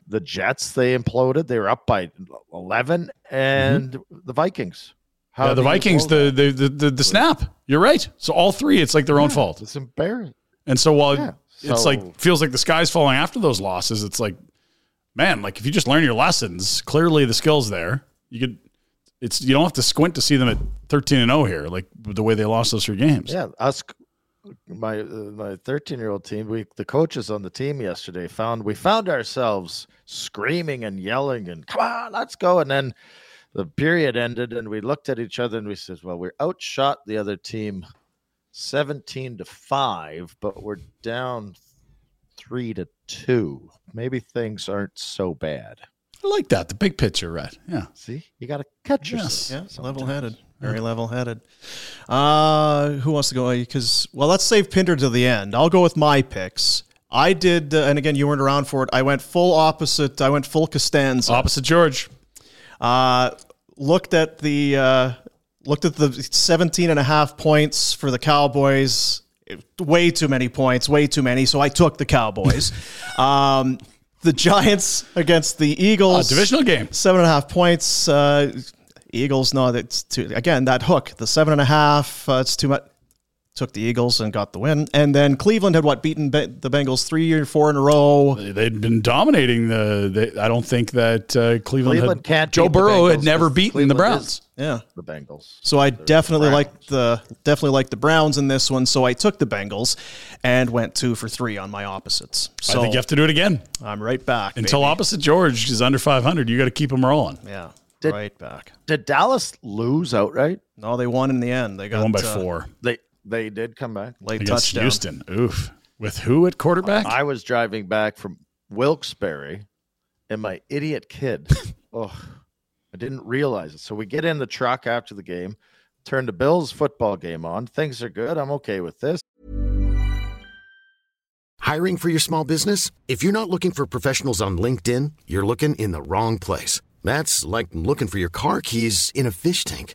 the Jets, they imploded. They were up by 11, and the Vikings. How
Yeah, the
do you
Vikings,
blow
the,
that?
the, the, the, the snap. You're right. So all three, it's like their own fault.
It's embarrassing.
And so while
Yeah,
it's
so-
like feels like the sky's falling after those losses, it's like, man, like if you just learn your lessons, clearly the skills there. You could it's you don't have to squint to see them at 13 and 0 here, like with the way they lost those three games.
Yeah, us, my uh, my thirteen year old team. We the coaches on the team yesterday found we found ourselves screaming and yelling and come on, let's go. And then the period ended, and we looked at each other and we said, "Well, we're outshot the other team, seventeen to five, but we're down three to two. Maybe things aren't so bad."
I like that. The big picture, right? Yeah.
See, you got to catch yourself.
Yes.
Yeah, level headed. Very level headed. Uh, who wants to go? Because, well, let's save Pinder to the end. I'll go with my picks. I did, uh, and again, you weren't around for it. I went full opposite. I went full Costanza.
Opposite George.
Uh, looked at the uh, looked at the 17 and a half points for the Cowboys. Way too many points, way too many. So I took the Cowboys. um, the Giants against the
A
Eagles.
uh, divisional game.
Seven and a half points. Uh, Eagles, no, that's too, again, that hook, the seven and a half, uh, it's too much. Took the Eagles and got the win. And then Cleveland had what, beaten Be- the Bengals three or four in a row.
They- They'd been dominating the. They, I don't think that uh, Cleveland,
Cleveland
had,
can't
Joe
beat the
Burrow had
Bengals
never
because
beaten the
Cleveland
Browns.
is-
Yeah.
The Bengals.
So I definitely liked the definitely liked the Browns in this one. So I took the Bengals and went two for three on my opposites. So
I think you have to do it again
I'm right back.
until
baby.
opposite George is under 500. You got to keep them rolling.
yeah,
Did-
right back.
Did Dallas lose outright?
No, they won in the end. They got
One by
uh,
four.
They they did come back.
late
against
touchdown.
Houston. Oof. With who at quarterback?
I was driving back from Wilkes-Barre and my idiot kid. oh, I didn't realize it. So we get in the truck after the game, turn the Bills football game on. Things are good. I'm okay with this.
Hiring for your small business? If you're not looking for professionals on LinkedIn, you're looking in the wrong place. That's like looking for your car keys in a fish tank.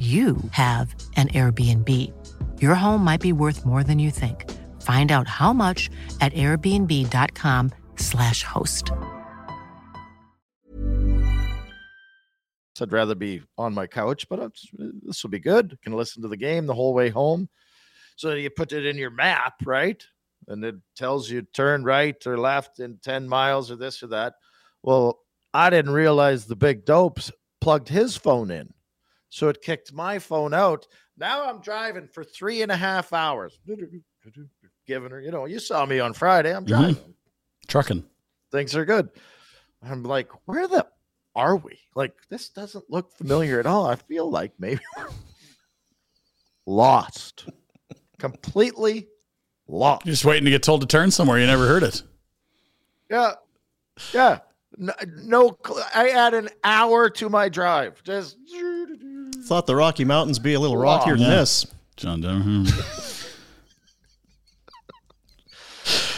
you have an Airbnb. Your home might be worth more than you think. Find out how much at airbnb.com/slash host.
So I'd rather be on my couch, but it's- this will be good. Can listen to the game the whole way home. So you put it in your map, right? And it tells you turn right or left in 10 miles or this or that. Well, I didn't realize the big dopes plugged his phone in. So it kicked my phone out. Now I'm driving for three and a half hours. Giving her, you know, you saw me on Friday. I'm
Mhm.
driving
Trucking.
things are good. I'm like, where the are we? Like, this doesn't look familiar at all. I feel like maybe we're lost, completely lost.
You're just waiting to get told to turn somewhere. You never heard it.
Yeah, yeah. No, no cl- I add an hour to my drive. Just
Thought the Rocky Mountains be a little rockier than
Yeah.
this.
John hmm. Denver.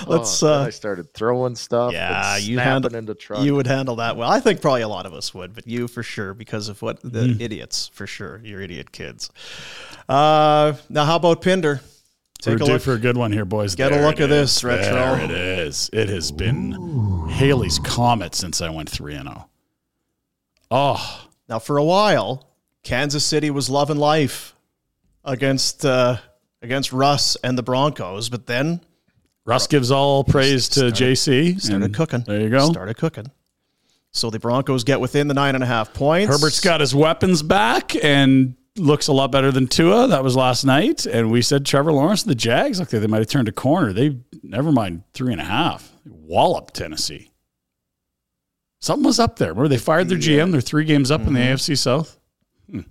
Let's,
then
uh,
I started throwing stuff.
Yeah,
and
you
snapping
handle-
into trucks.
You would handle that well. I think probably a lot of us would, but you for sure because of what the
Mm.
idiots for sure. Your idiot kids. Uh, now how about Pinder? Take
We're
a
due
look.
for a good one here, boys.
Get a
There
look
it
at this,
is.
Retro.
There it is. It has been Haley's Comet since I went 3 and 0. Oh,
Now for a while, Kansas City was loving life against uh, against Russ and the Broncos, but then
Russ gives all praise to JC.
started
and
cooking.
There you go.
Started cooking. So the Broncos get within the nine and a half points.
Herbert's got his weapons back and looks a lot better than Tua. That was last night. And we said Trevor Lawrence, the Jags, look, they might have turned a corner. They, never mind, three and a half. Wallop, Tennessee. Something was up there. Remember, they fired their GM. They're three games up in
Mm-hmm.
the AFC South. Hmm. A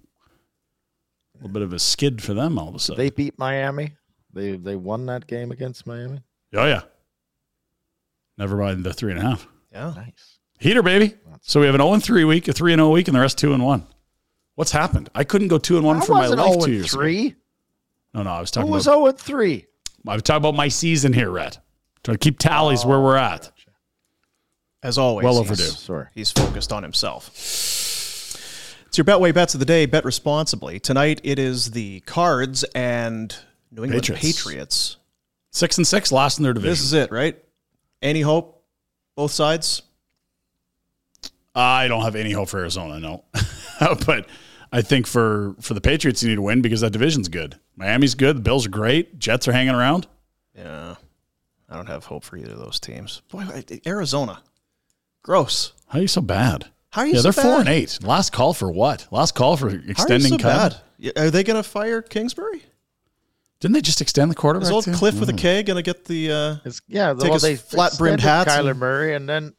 little bit of a skid for them all of a sudden.
they beat Miami. They they won that game against Miami.
oh, yeah. Never mind the three and a half.
yeah.
Nice.
Heater, baby. So we have an 0 3 week, a 3 and 0 week, and the rest 2 and 1. What's happened? I couldn't go 2 and 1
I
for my
wasn't
life
0
two
and
years ago.
three.
No, no, I was
Who
talking
was
about
zero and three?
I was talking about my season here, Rhett. Trying to keep tallies where we're at.
As always,
Well
he's-
overdue.
Sorry.
He's focused on himself. It's your Betway Bets of the Day. Bet responsibly. Tonight it is the Cards and New England
Patriots.
Patriots.
Six and six, last in their division.
This is it, right? Any hope? Both sides?
I don't have any hope for Arizona, no. but I think for for the Patriots, you need to win because that division's good. Miami's good. The Bills are great. Jets are hanging around.
Yeah. I don't have hope for either of those teams. Boy, I- Arizona. Gross.
How are you so bad?
How are you
Yeah,
so
they're four
bad?
and eight. Last call for what? Last call for
How are you
extending
so
Cobb?
bad? Y- Are they going to fire Kingsbury?
Didn't they just extend the quarterback?
Is old
too?
Cliff with a
Mm.
K going to get the uh,
It's, yeah,
Take
well,
his
they
flat-brimmed
extended
hats
Kyler
and-
Murray, and then,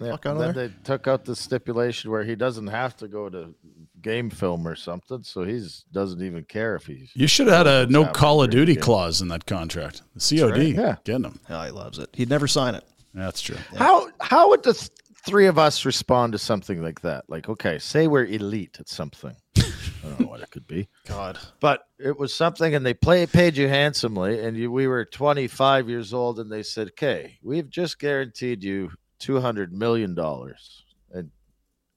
yeah,
fuck out of
then
there.
they took out the stipulation where he doesn't have to go to game film or something, so he's doesn't even care if he's.
You should have had a
What's
no
happening
Call of
during the
Duty
game.
clause in that contract. The COD.
right, yeah.
Getting them.
Oh, he loves it. He'd never sign it.
That's true.
How how would the th- three of us respond to something like that? Like, okay, say we're elite at something. I don't know what it could be,
God.
but it was something, and they play, paid you handsomely, and you, we were twenty five years old, and they said, "Okay, we've just guaranteed you two hundred million dollars," and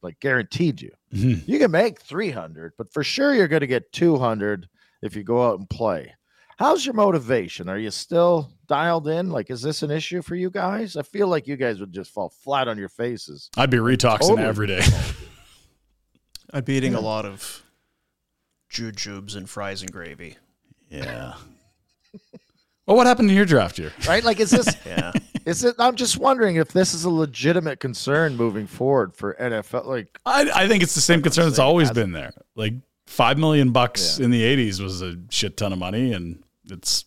like guaranteed you.
Mhm.
You can make 300, but for sure you're going to get 200 if you go out and play. How's your motivation? Are you still dialed in? Like, is this an issue for you guys? I feel like you guys would just fall flat on your faces.
I'd be retoxing
Totally.
every day.
I'd be eating a lot of jujubes and fries and gravy.
yeah. Well, what happened in your draft year?
Right? Like, is this,
Yeah.
is it, I'm just wondering if this is a legitimate concern moving forward for NFL. Like,
I, I think it's the same concern that's always been there. Like five million bucks in the '80s was a shit ton of money, and it's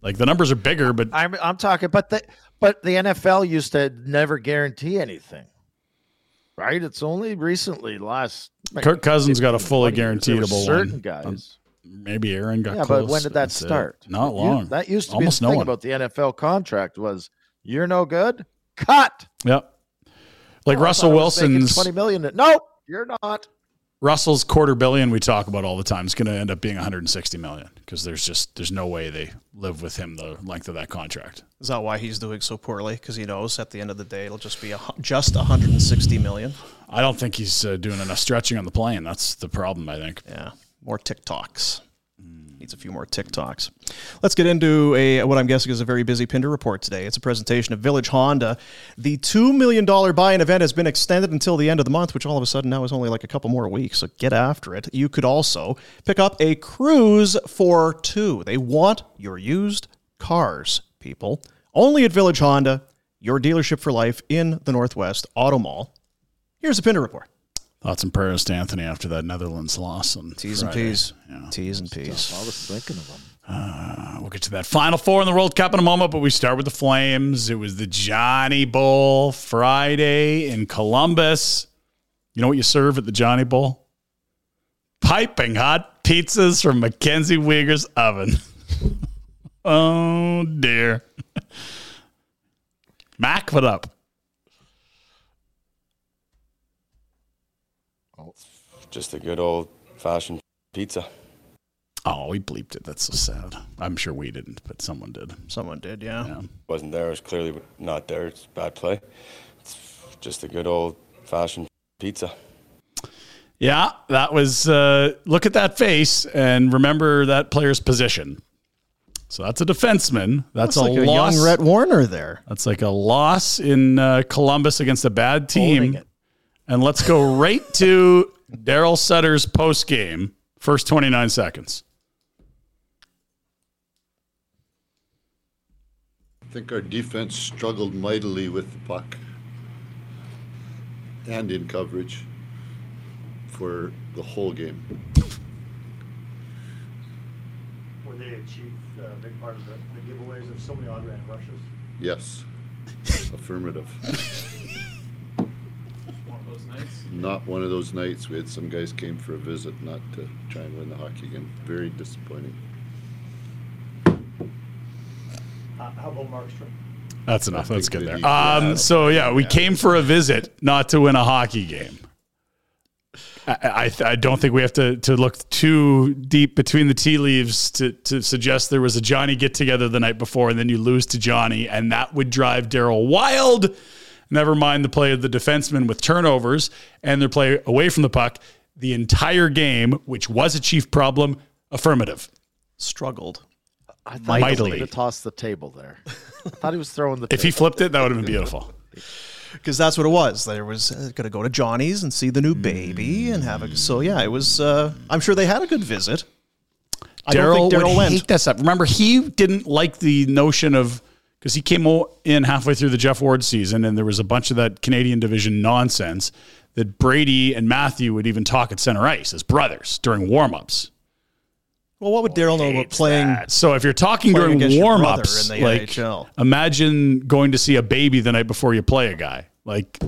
like the numbers are bigger, but
I'm I'm talking, but the but the NFL used to never guarantee anything, right? It's only recently last. like,
Kirk Cousins got a
15,
fully
20 years, there were
guaranteeable
Certain
one.
guys.
Um, maybe Aaron got
yeah,
close.
but when did that
That's it.
start?
Not
You-
long.
that used to
Almost
be the
no
thing
one.
about the NFL contract was you're no good. Cut.
Yep. Like
Oh, I
Russell
thought I was making
Wilson's
twenty million. No, you're not.
Russell's quarter billion we talk about all the time is going to end up being 160 million because there's just there's no way they live with him the length of that contract.
Is that why he's doing so poorly? Because he knows at the end of the day it'll just be a, hu- just 160 million.
I don't think he's uh, doing enough stretching on the plane. That's the problem, I think.
Yeah, more TikToks. Needs a few more TikToks. Let's get into a what I'm guessing is a very busy Pinder report today. It's a presentation of Village Honda. The two million dollar buy-in event has been extended until the end of the month, which all of a sudden now is only like a couple more weeks. So get after it. You could also pick up a cruise for two. They want your used cars, people. Only at Village Honda, your dealership for life in the Northwest Auto Mall. Here's a Pinder report.
Thoughts and prayers to Anthony after that Netherlands loss. On
T's
Friday.
and P's. T's and P's.
I was thinking of him.
Uh, We'll get to that final four in the World Cup in a moment, but we start with the Flames. It was the Johnny Bowl Friday in Columbus. You know what you serve at the Johnny Bowl? Piping hot pizzas from Mackenzie Wieger's oven. oh dear. Mac, what up?
Just a good old fashioned pizza.
Oh, we bleeped it. That's so sad. I'm sure we didn't, but someone did.
Someone did,
Yeah.
Wasn't there. It was clearly not there. It's bad play. It's just a good old fashioned pizza.
Yeah, that was uh, look at that face and remember that player's position. So that's a defenseman. That's a
like a
loss.
young Rhett Warner there.
that's like a loss in uh, Columbus against a bad team. And let's go right to Daryl Sutter's post game. First 29 seconds.
I think our defense struggled mightily with the puck and in coverage for the whole game.
Were they a chief, uh, big part of the, the giveaways of so many odd man rushes?
Yes. Affirmative. Not one of those nights. We had some guys came for a visit, not to try and win the hockey game. Very disappointing.
Uh, how about Markstrom?
That's enough.
I
That's
think
good
we
there.
need to add
Um,
up.
so, yeah, we
Yeah.
came for a visit, not to win a hockey game. I, I, I don't think we have to, to look too deep between the tea leaves to, to suggest there was a Johnny get together the night before and then you lose to Johnny, and that would drive Daryl wild. Never mind the play of the defenseman with turnovers and their play away from the puck. The entire game, which was a chief problem, affirmative.
Struggled.
I thought he was
Mightily.
going to toss the table there. I thought he was throwing the.
If he
table.
flipped it, that would have been beautiful.
Because that's what it was. There was uh, going to go to Johnny's and see the new baby and have a. So, yeah, it was. Uh, I'm sure they had a good visit. I don't
Daryl
think
would
Daryl went.
hate this up. Remember, he didn't like the notion of because he came o- in halfway through the Jeff Ward season, and there was a bunch of that Canadian division nonsense that Brady and Matthew would even talk at center ice as brothers during warm-ups.
Well, what would Daryl know about playing?
So if you're talking
Playing
during
against your brother
warm-ups,
in the
like
NHL.
imagine going to see a baby the night before you play a guy. Like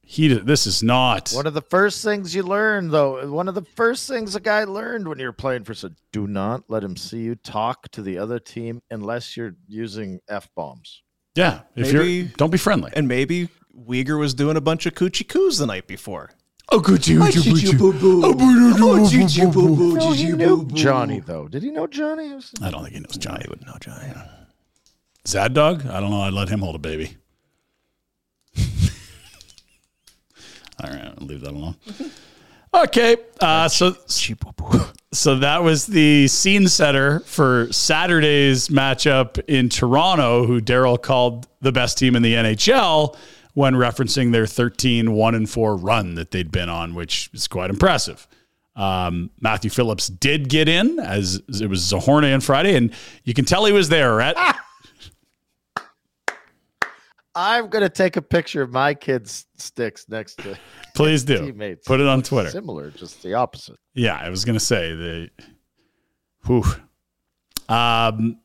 he, d- this is not.
One of the first things you learn, though, one of the first things a guy learned when you're playing for, so do not let him see you talk to the other team unless you're using f bombs.
yeah, if
Maybe-
you're don't be friendly.
And maybe Uyghur was doing a bunch of coochie coos the night before.
Oh, good you,
No, he knew Johnny though. Did he know Johnny? It was-
I don't think he knows Johnny. would know Johnny. Zad Dog? I don't know. I'd let him hold a baby. All right, I'll leave that alone. Okay, uh, so so that was the scene setter for Saturday's matchup in Toronto, who Daryl called the best team in the NHL when referencing their 13 1 and 4 run that they'd been on, which is quite impressive. Um, Matthew Phillips did get in as as it was Zahorna on Friday, and you can tell he was there, right?
I'm gonna take a picture of my kids' sticks next to
Please do.
Teammates
Put it on
look
Twitter.
Similar, just the opposite.
Yeah, I was gonna say the. Whew. Um.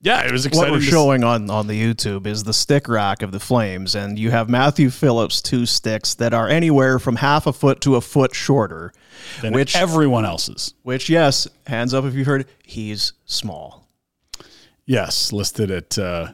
Yeah, it was
what
exciting.
we're
to s-
showing on, on the YouTube is the stick rack of the Flames, and you have Matthew Phillips' two sticks that are anywhere from half a foot to a foot shorter,
than
which
everyone else's.
which yes, hands up if you've heard he's small.
Yes, listed at uh,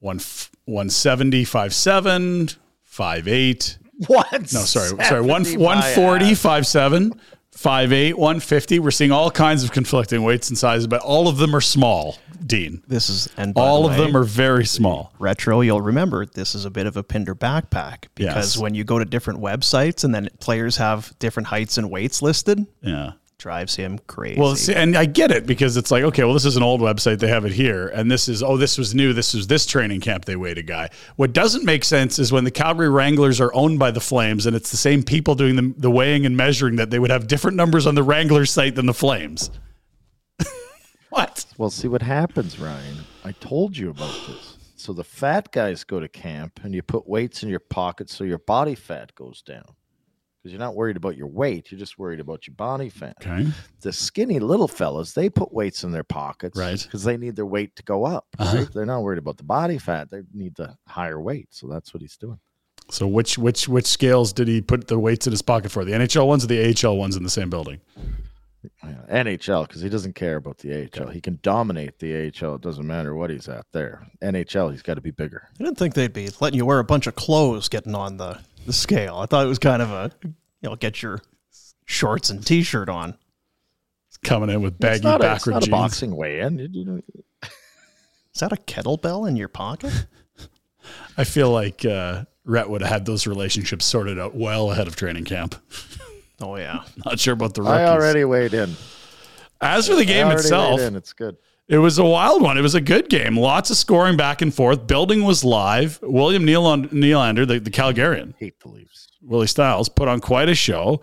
one one seventy five seven five eight.
What?
No, sorry, sorry one one forty five seven five eight one fifty. We're seeing all kinds of conflicting weights and sizes, but all of them are small. Dean,
This is and by
all
the
of
way,
them are very small.
retro. You'll remember this is a bit of a Pinder backpack because
Yes.
when you go to different websites and then players have different heights and weights listed,
Yeah.
drives him crazy.
Well, see, and I get it because it's like, okay, well, this is an old website. They have it here. And this is, oh, this was new. This was this training camp. They weighed a guy. What doesn't make sense is when the Calgary Wranglers are owned by the Flames and it's the same people doing the, the weighing and measuring that they would have different numbers on the Wranglers site than the Flames. what?
Well, see what happens, Ryan. I told you about this. So the fat guys go to camp and you put weights in your pockets so your body fat goes down. Because you're not worried about your weight, you're just worried about your body fat.
Okay.
The skinny little fellas, they put weights in their pockets
Right. Uh-huh.
because they need their weight to go up. Right? They're not worried about the body fat. They need the higher weight. So that's what he's doing.
So which, which, which scales did he put the weights in his pocket for? The NHL ones or the AHL ones in the same building?
Yeah, NHL because he doesn't care about the AHL. He can dominate the AHL. It doesn't matter what he's at there. NHL, he's got to be bigger.
I didn't think they'd be letting you wear a bunch of clothes getting on the, the scale. I thought it was kind of a, you know, get your shorts and t shirt on.
Coming in with
It's
baggy
not, a, it's
backward
not a
jeans.
boxing weigh-in. You- you know,
Is that a kettlebell in your pocket?
I feel like uh, Rhett would have had those relationships sorted out well ahead of training camp.
Oh, yeah.
Not sure about the rookies.
I already weighed in.
As for the
I
game
already
itself,
weighed in. It's good.
it was a wild one. It was a good game. Lots of scoring back and forth. Building was live. William Nylander, Nylander the, the Calgarian,
Hate the Leafs.
Willie Styles, put on quite a show.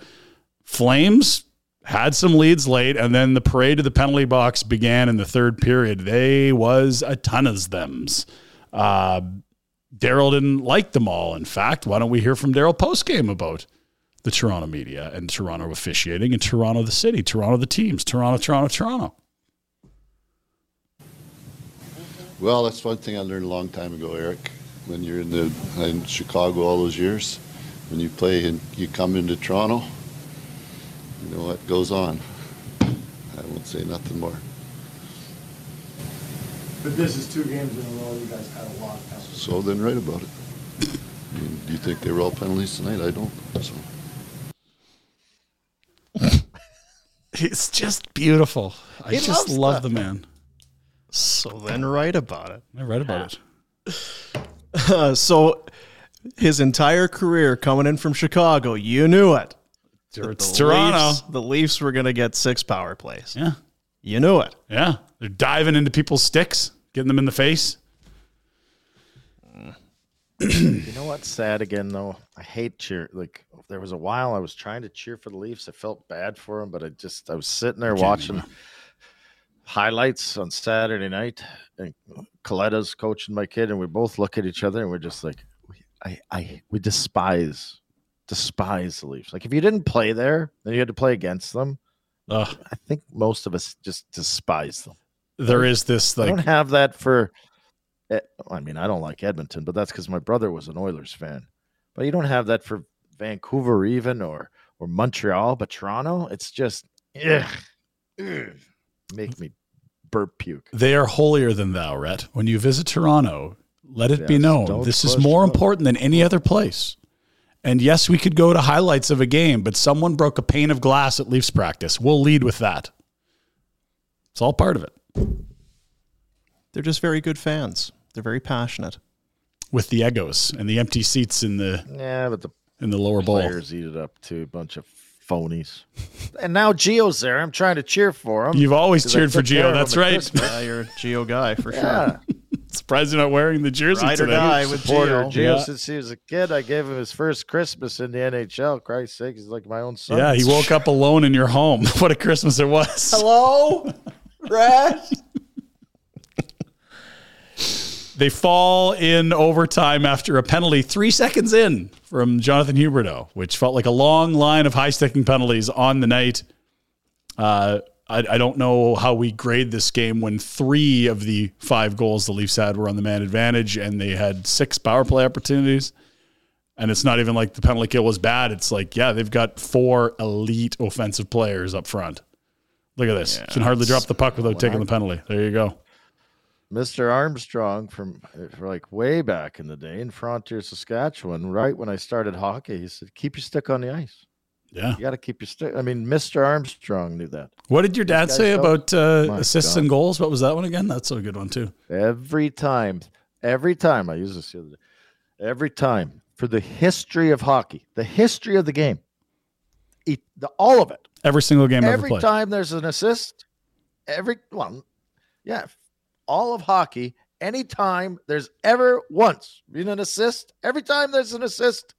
Flames had some leads late, and then the parade to the penalty box began in the third period. They was a ton of thems. Uh, Daryl didn't like them all. In fact, why don't we hear from Daryl postgame about the Toronto media and Toronto officiating and Toronto the city, Toronto the teams, Toronto, Toronto, Toronto.
Well, that's one thing I learned a long time ago, Eric. When you're in the in Chicago all those years, when you play and you come into Toronto, you know what goes on. I won't say nothing more.
But this is two games in a row, you guys had a lot of passes.
So then, write about it. I mean, do you think they were all penalties tonight? I don't. So.
It's just beautiful. I just love the man.
So then write about it.
I read about it.
Uh, so his entire career coming in from Chicago, you knew it.
It's
The
Toronto.
Leafs- the Leafs were going to get six power plays.
Yeah.
You knew it.
Yeah. They're diving into people's sticks, getting them in the face.
You know what's sad again though? I hate cheer. Like there was a while I was trying to cheer for the Leafs. I felt bad for them, but I just I was sitting there watching highlights on Saturday night, and Coletta's coaching my kid, and we both look at each other and we're just like, we- I I we despise despise the Leafs. Like if you didn't play there, then you had to play against them.
Ugh,
I think most of us just despise them.
there is this
I don't
like
have that for. eh, I mean, I don't like Edmonton, but that's because my brother was an Oilers fan. But you don't have that for Vancouver, even or or Montreal, but Toronto. It's just, ugh, ugh, make me burp puke.
they are holier than thou, Rhett. When you visit Toronto, let it be
Yes,
known
don't
this is
push
more
no.
important than any other place. And yes, we could go to highlights of a game, but someone broke a pane of glass at Leafs practice. We'll lead with that. It's all part of it.
They're just very good fans. They're very passionate.
With the egos and the empty seats in the
Yeah, but the
in the lower bowl.
players eat it up too. Bunch of phonies. and now Geo's there. I'm trying to cheer for him.
You've always
'cause I
cheered for
took care
Geo.
of him
That's
at
right.
Christmas.
Yeah, you're a Geo guy for
Yeah,
Surprised you're not wearing the jersey
Ride or
today.
die with
Porter
Geo.
Geo
Yeah.
since he was a kid. I gave him his first Christmas in the NHL. Christ's sake, he's like my own son.
Yeah, he woke up alone in your home. what a Christmas it was.
Hello, Brad.
They fall in overtime after a penalty three seconds in from Jonathan Huberto, which felt like a long line of high sticking penalties on the night. Uh, I, I don't know how we grade this game when three of the five goals the Leafs had were on the man advantage and they had six power play opportunities. And it's not even like the penalty kill was bad. It's like, yeah, they've got four elite offensive players up front. Look at this. Can hardly drop the puck without taking the penalty. There you go.
Mr. Armstrong from uh, like way back in the day in Frontier, Saskatchewan, right when I started hockey, he said, "Keep your stick on the ice."
Yeah.
you got to keep your stick. I mean, Mr. Armstrong knew that.
What did your dad
These guys
say
don't-
about uh,
My
assists
God.
and goals? What was that one again? That's a good one too.
Every time, every time I use this the other day, every time for the history of hockey, the history of the game, it, the, all of it.
Every single game ever
Every
played.
time there's an assist, every one, yeah, all of hockey. Anytime there's ever once been an assist, every time there's an assist,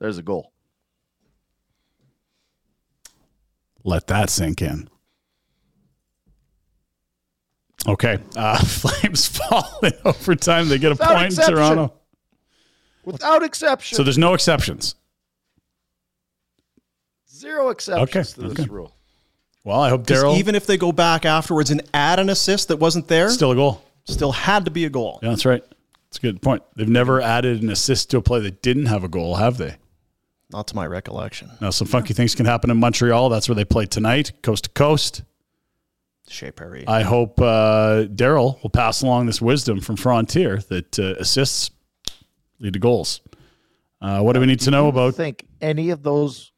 there's a goal.
Let that sink in. Okay, uh, Flames fall in overtime. They get a
Without
point in
exception.
Toronto.
Without exception,
So there's no exceptions.
zero exceptions to this
okay.
rule.
Well, I hope
'Cause
Daryl
even if they go back afterwards and add an assist that wasn't there, still,
still a goal.
had to be a goal.
Yeah, that's right. That's a good point. They've never added an assist to a play that didn't have a goal, have they?
Not to my recollection.
Now, some funky things can happen in Montreal. That's where they play tonight, coast to coast.
Shea Perry.
I hope uh, Daryl will pass along this wisdom from Frontier that uh, assists lead to goals. Uh, what do we need to know
I
about?
think any of those.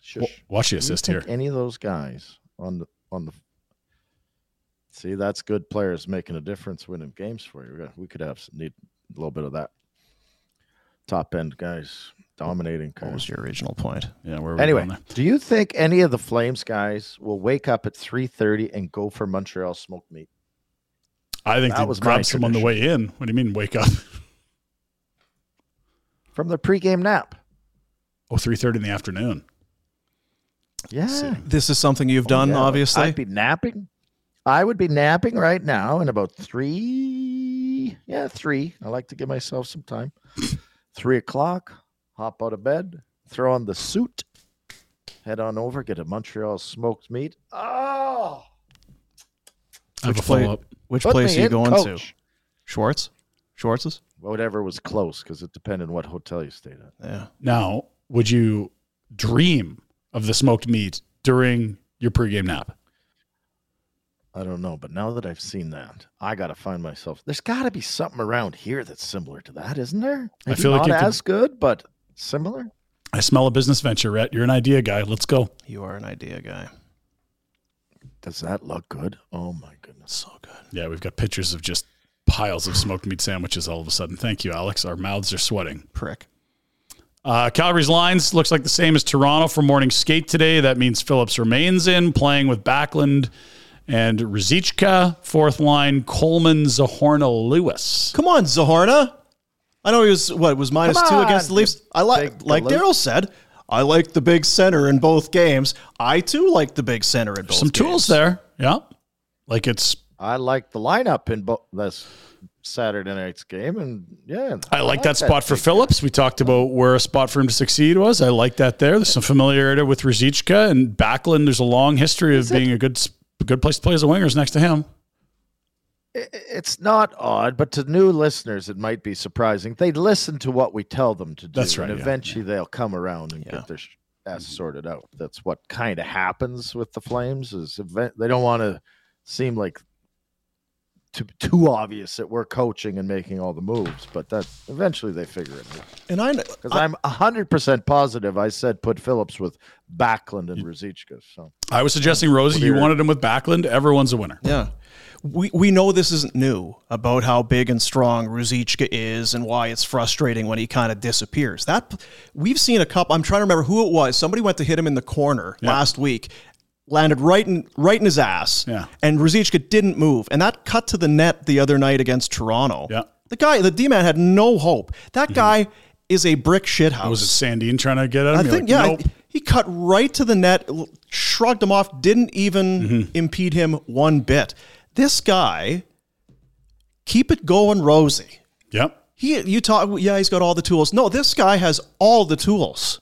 Shush.
Wa- Watch the
Do you
assist here.
think Any of those guys on the on the. See, that's good players making a difference, winning games for you. Yeah, We could have some, need a little bit of that. Top end guys dominating.
what
Guys.
was your original point?
Yeah, where were we
Anyway,
going there?
do you think any of the Flames guys will wake up at three thirty and go for Montreal smoke meat?
I think
that
they
was my
grabbed some on the way in. What do you mean, wake up?
from their pregame nap?
Oh, 3.30 in the afternoon.
Yeah,
This is something you've done,
Oh, Yeah, like,
obviously.
I'd be napping. I would be napping right now in about three. Yeah, three. I like to give myself some time. three o'clock, hop out of bed, throw on the suit, head on over, get a Montreal smoked meat. Oh,
I have a
Which play-
follow-up.
Which
put
place
me
are you
in,
going to?
coach.
Schwartz? Schwartz's?
Whatever was close because it depended what hotel you stayed at.
Yeah.
Now, would you dream of the smoked meat during your pregame nap?
I don't know, but now that I've seen that, I got to find myself. There's got to be something around here that's similar to that, isn't there?
I
Maybe
feel like
not
you could-
as good, but similar.
I smell a business venture, Rhett. You're an idea guy. Let's go.
You are an idea guy.
Does that look good? Oh my goodness.
So good.
Yeah, we've got pictures of just piles of smoked meat sandwiches all of a sudden. Thank you, Alex. Our mouths are sweating.
Prick.
Uh, Calgary's lines looks like the same as Toronto for morning skate today. That means Phillips remains in, playing with Backlund and Rizicka. Fourth line, Coleman, Zahorna, Lewis.
Come on, Zahorna. I know he was what was minus
Come
two against the
on,
Leafs. I like
big
like
Duluth.
Daryl said. I like the big center in both games. I too like the big center in both.
Some tools
games.
there. Yeah. Like it's,
I like the lineup in bo- this Saturday night's game, and yeah,
I like that spot for
big-
Phillips. We talked about where a spot for him to succeed was. I like that there. There's some familiarity with Rizicka and Backlund. There's a long history of being a good, s- a good place to play as a wingers next to him.
I- It's not odd, but to new listeners, it might be surprising. They listen to what we tell them to do.
That's
And
right, yeah, Mm-hmm.
eventually, they'll come around and get their sh- ass sorted out. That's what kind of happens with the Flames. Is event they don't want to seem like too, too obvious that we're coaching and making all the moves, but that eventually they figure it out.
And I, kn-
Because I'm 100% positive I said put Phillips with Backlund and Ruzicka. So
I was suggesting, Rosie, you wanted him with Backlund. Everyone's a winner.
yeah, we we know this isn't new about how big and strong Ruzichka is and why it's frustrating when he kind of disappears. That we've seen a couple. I'm trying to remember who it was. Somebody went to hit him in the corner last week. Landed right in right in his ass,
Yeah.
and Ruzicka didn't move, and that cut to the net the other night against Toronto.
Yeah.
the guy, the D man, had no hope. That guy is a brick shit house.
Was it Sandine trying to get at him?
I
You're
think,
like,
yeah, I-
nope.
he cut right to the net, l- shrugged him
Mm-hmm.
off, didn't even impede him one bit. This guy keep it going, Rosie.
Yep.
He, you talk, yeah, he's got all the tools. No, this guy has all the tools.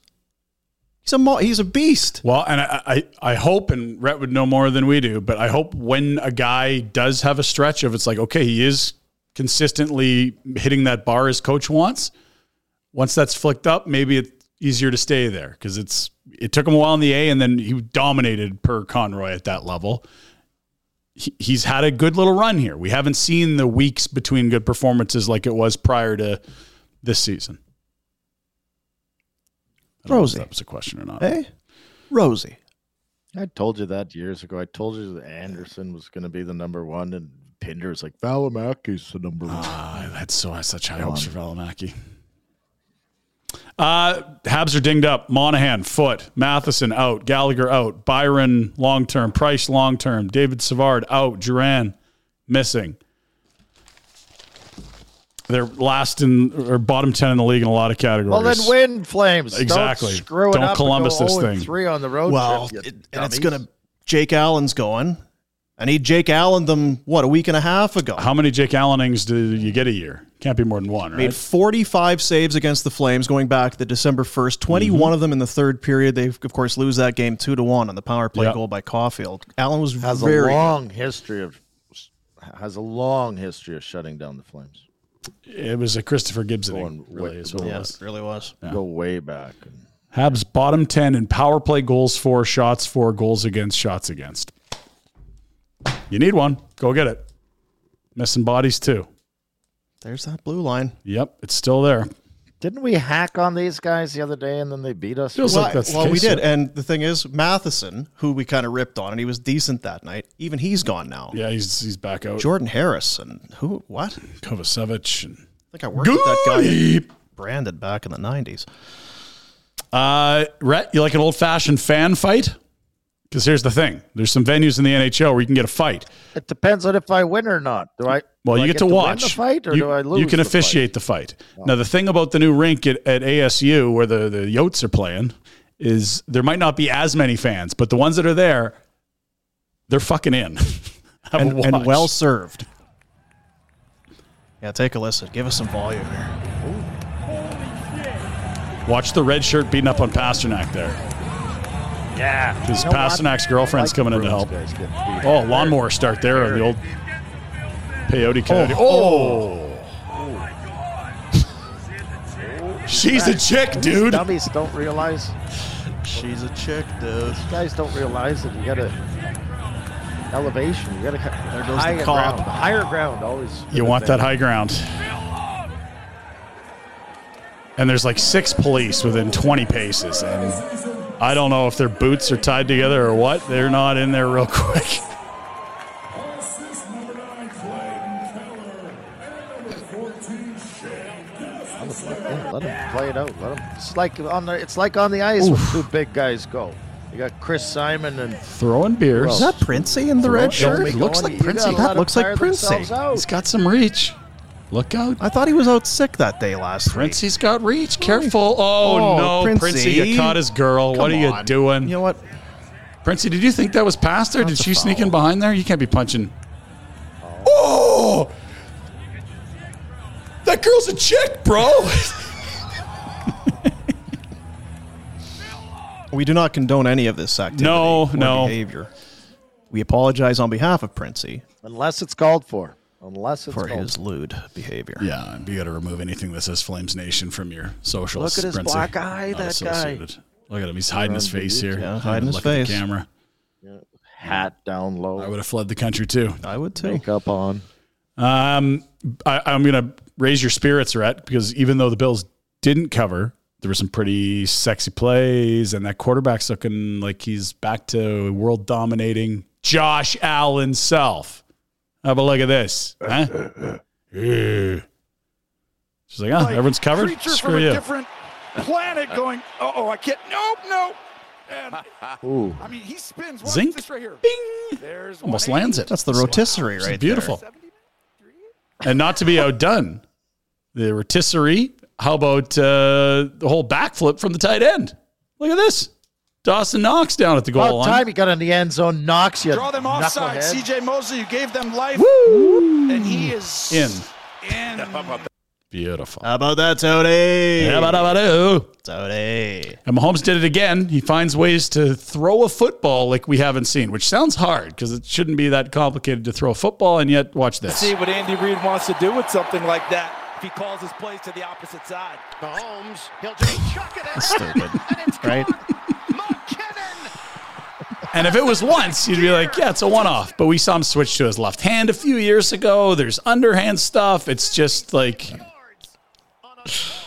He's a mo- he's a beast.
Well, and I, I, I hope, and Rhett would know more than we do, but I hope when a guy does have a stretch of it's like, okay, he is consistently hitting that bar his coach wants. Once that's flicked up, maybe it's easier to stay there because it's it took him a while in the A, and then he dominated per Conroy at that level. He, he's had a good little run here. We haven't seen the weeks between good performances like it was prior to this season. I don't know if
Rosie.
that was a question or not.
Hey, Rosie.
I told you that years ago. I told you that Anderson was going to be the number one, and Pinder's like Valimaki's the number one.
Ah, that's so I had such high hopes for Valimaki. Uh, Habs are dinged up. Monahan, foot. Matheson, out. Gallagher, out. Byron, long term. Price, long term. David Savard, out. Duran, missing. They're last in or bottom 10 in the league in a lot of categories.
well, then win Flames.
Exactly.
Don't screw it
Don't
up. and
Columbus
go
this
0 and
thing.
Three on the road.
Well,
trip, you
it- and it's
dummies.
gonna. Jake Allen's going. I need Jake Allen. Them what a week and a half ago.
How many Jake Allenings do you get a year? Can't be more than one,
Made
right?
45 saves against the Flames going back to the December 1st. 21
Mm-hmm.
of them in the third period. They, of course, lose that game 2 to 1 on the power play
Yeah.
goal by Caulfield. Allen was
has
very.
a long history of has a long history of shutting down the Flames.
It was a Christopher Gibson. thing,
Going
Really,
way-
is what it
yeah,
was.
it really was.
Go way back.
Habs bottom 10 in power play goals for, shots for, goals against, shots against. You need one. Go get it. Missing bodies too.
There's that blue line.
Yep, it's still there.
Didn't we hack on these guys the other day and then they beat us?
Feels
Well,
like that's the
well, we
case,
did.
yeah.
And the thing is, Matheson, who we kind of ripped on, and he was decent that night, even he's gone now.
Yeah, he's he's back out.
Jordan Harris and who? What? I
Kovacevic. And,
think I worked with that guy. Branded back in the 90s.
uh, Rhett, you like an old fashioned fan fight? Because here's the thing there's some venues in the NHL where you can get a fight.
It depends on if I win or not. Do I?
Well,
do
you
I
get, to
win
watch
the fight, or
you,
do I lose?
You can
the fight?
officiate the fight. Now, the thing about the new rink at, at ASU, where the the Yotes are playing, is there might not be as many fans, but the ones that are there, they're fucking in. Have a
And,
watch.
and well served. Yeah, take a listen. Give us some volume here.
watch the red shirt beating up on Pasternak there.
Yeah, You
His
know what?
Pasternak's girlfriend's
Like
coming in to
Bruins
help.
guys get beat.
Oh, lawnmower start there on the old peyote coyote. Oh, she's a chick,
These
dude.
dummies don't realize.
She's a chick, dude.
These guys don't realize that you got to elevation. You got to there
goes the
higher
cop.
ground. Higher ground always.
You want that high ground. And there's like six police within 20 paces. And I don't know if their boots are tied together or what. They're not in there real quick.
Yeah, let them play it out. Let them. It's like on the. It's like on the ice when two big guys go. You got Chris Simon and
Throwing beers.
Is that Princey in the red shirt?
It looks like Princey.
That looks like Princey.
He's got some reach. Look out.
I thought he was out sick that day last week.
Princey's got reach. Careful. Oh,
Oh,
no.
Princey.
Princey, you caught his girl. what are
Come
you
on.
doing?
You know what?
Princey, did you think that was past there? Did
That's a
she sneak
foul.
in behind there? You can't be punching. Oh! That girl's a chick, bro.
We do not condone any of this activity.
No,
or
no.
Behavior. We apologize on behalf of Princey
Unless it's called for. Unless it's
for
called.
his lewd behavior.
yeah, you got to remove anything that says Flames Nation from your socials.
Look at his
Princey.
black eye,
Not
that
associated. Look at him. He's hiding his face here.
Yeah, hiding his
Look at the
face.
camera.
hat down
I
low,
would have fled the country too.
I would too.
makeup on.
Um, I, I'm going to raise your spirits, Rhett, because even though the Bills didn't cover, there were some pretty sexy plays, and that quarterback's looking like he's back to world dominating Josh Allen self. Have a look at this. Huh? Yeah. She's like, oh, everyone's covered. Screw you.
planet going, uh oh, I can't. Nope, nope. And
Ooh,
I mean, he spins. Watch
Zinc.
this right here.
Bing.
There's 180.
Almost lands it.
That's the rotisserie
She's
right
beautiful. And not to be outdone, the rotisserie. How about uh, the whole backflip from the tight end? Look at this. Dawson Knox down at the goal
About
line.
time he got in the end zone, knocks you.
Draw them offside.
knucklehead.
CJ Mosley, you gave them life. And he is
In.
in.
Beautiful.
How about that, Tony?
How about- how about you?
Tony?
And Mahomes did it again. He finds ways to throw a football like we haven't seen, which sounds hard because it shouldn't be that complicated to throw a football. And yet, watch this.
See what Andy Reid wants to do with something like that if he calls his plays to the opposite side.
Mahomes, he'll just chuck it
Stupid.
right?
And if it was once, you'd be like, yeah, it's a one off. But we saw him switch to his left hand a few years ago. There's underhand stuff. It's just like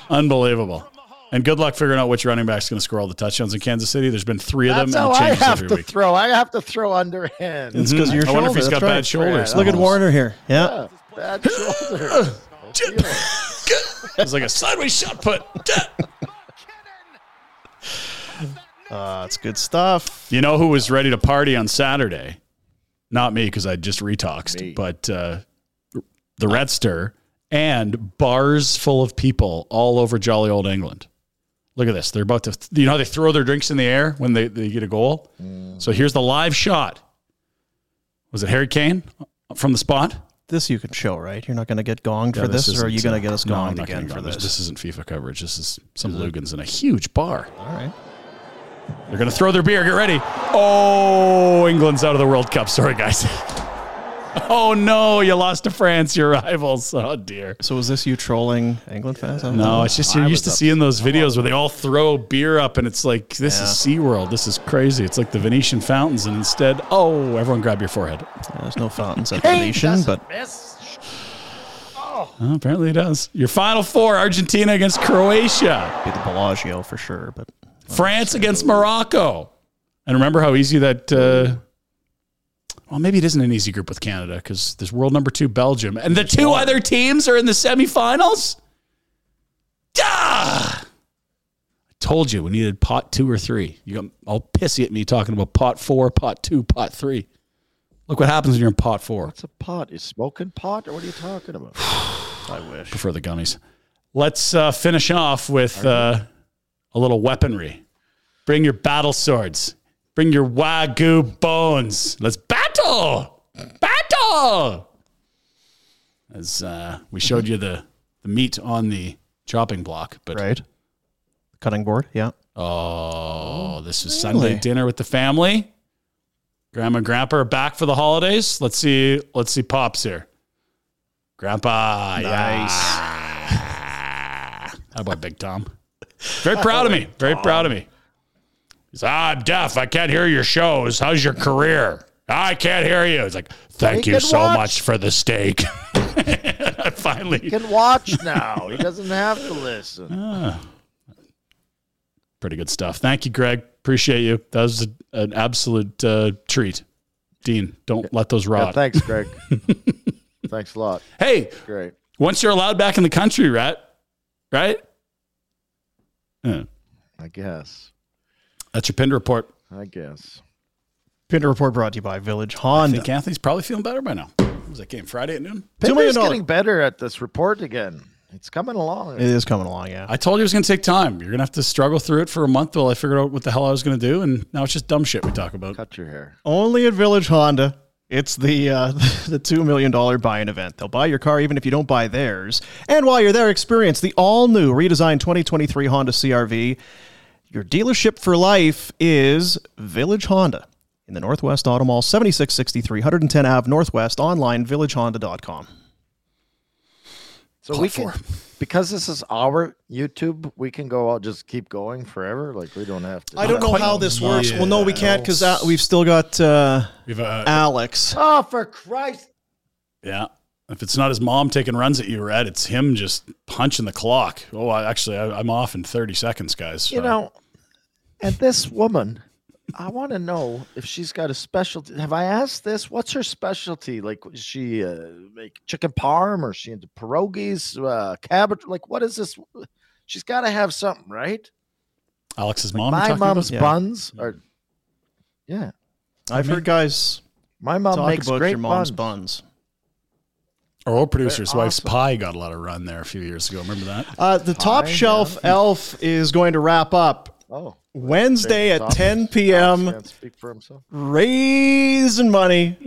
unbelievable. And good luck figuring out which running back's going to score all the touchdowns in Kansas City. There's been three of them.
That's how
and it
I
changes
have
every
to
week.
throw. I have to throw underhand.
It's because your
Mm, I wonder if
shoulder,
he's
that's
got bad
right.
shoulders.
Look at
Mahomes.
Warner here. Yeah.
Yeah, bad shoulder.
It's like a sideways shot put.
Uh, it's good stuff.
You know who was ready to party on Saturday? Not me, because I just retoxed, but uh, the Redster and bars full of people all over jolly old England. Look at this. They're about to, you know, how they throw their drinks in the air when they, they get a goal. So here's the live shot. Was it Harry Kane from the spot?
This you can show, right? You're not going to get gonged
Yeah,
for this, or are you
isn't,
going to
uh,
get us
no, I'm
gonged
not
again
gonna
for
gong
this?
This isn't FIFA coverage. This is some Lugans in a huge bar.
All right.
They're going to throw their beer. Get ready. Oh, England's out of the World Cup. Sorry, guys. oh, no. You lost to France, your rivals. Oh, dear.
So was this you trolling England fans? I don't
No,
know.
it's just you're used to seeing those videos where they all throw beer up and it's like, this is SeaWorld. This is crazy. It's like the Venetian fountains. And instead, oh, everyone grab your forehead.
Yeah, there's no fountains at the nation, but
Oh, apparently it does. Your final four Argentina against Croatia,
be the Bellagio for sure. But
France against Morocco. And remember how easy that. Uh, well, maybe it isn't an easy group with Canada because there's world number two, Belgium, and the two other teams are in the semifinals. Duh! I told you we needed pot two or three. You got all pissy at me talking about pot four, pot two, pot three. Look what happens when you're in pot four.
What's a pot? Is smoking pot, or what are you talking about?
I wish.
Prefer the gummies. Let's uh, finish off with uh, a little weaponry. Bring your battle swords. Bring your wagyu bones. Let's battle. Battle. As uh, we showed you the, the meat on the chopping block, but
Mm-hmm. Right. Cutting board. Yeah.
oh, this is
Really?
Sunday dinner with the family. Grandma and Grandpa are back for the holidays. Let's see. Let's see pops here. Grandpa, yeah. How about Big Tom? Very proud of me. Very proud of me. He's, ah, I'm deaf. I can't hear your shows. How's your career? "Ah, I can't hear you. It's like, thank
You
you
can
so
watch.
much for the steak. I Finally,
He can watch now. He doesn't have to listen.
pretty good stuff. Thank you, Greg. Appreciate you. That was a, an absolute uh, treat. Dean, don't let those
Yeah,
rot.
thanks, Greg. thanks a lot.
hey,
Great.
once you're allowed back in the country, right? Right? Yeah.
I guess.
That's your pin report.
I guess.
Pinder report brought to you by Village
I
Honda.
think Anthony's probably feeling better by now. What was that game Friday at noon?
million
Pinder's
dollars.
getting better at this report again. It's coming along.
It is coming along. Yeah.
I told you it was going to take time. You're going to have to struggle through it for a month while I figured out what the hell I was going to do. And now it's just dumb shit we talk about.
Cut your hair.
Only at Village Honda. It's the uh, the two million dollar buy-in event. They'll buy your car even if you don't buy theirs. And while you're there, experience the all new redesigned 2023 Honda CRV. Your dealership for life is Village Honda in the Northwest Auto Mall, 7663 110 Ave Northwest. Online villagehonda.com.
So we can, because this is our YouTube, we can go out just keep going forever. Like we don't have to.
I don't know
quite
how this works.
yet.
Well, no, we can't because uh, we've still got uh,
We've, uh,
Alex.
Oh, for Christ!
yeah. If it's not his mom taking runs at you, Red, it's him just punching the clock. Oh, I, actually, I, I'm off in 30 seconds, guys.
You
Uh,
know, and this woman, I want to know if she's got a specialty. Have I asked this? What's her specialty? Like, is she uh, make chicken parm, or is she into pierogies, uh, cabbage? Like, what is this? She's got to have something, right?
Alex's mom.
My
talking about?
mom's
Yeah.
buns are, yeah.
I've heard guys
My mom
talk
makes
about
great
your mom's
buns.
buns.
Our old producer's
They're
wife's
awesome.
pie got a lot of run there a few years ago. Remember that?
Uh, the top
Fine,
shelf elf is going to wrap up
Oh,
Wednesday at
Thomas-
10
Thomas
p.m.
can't speak for himself.
Raising money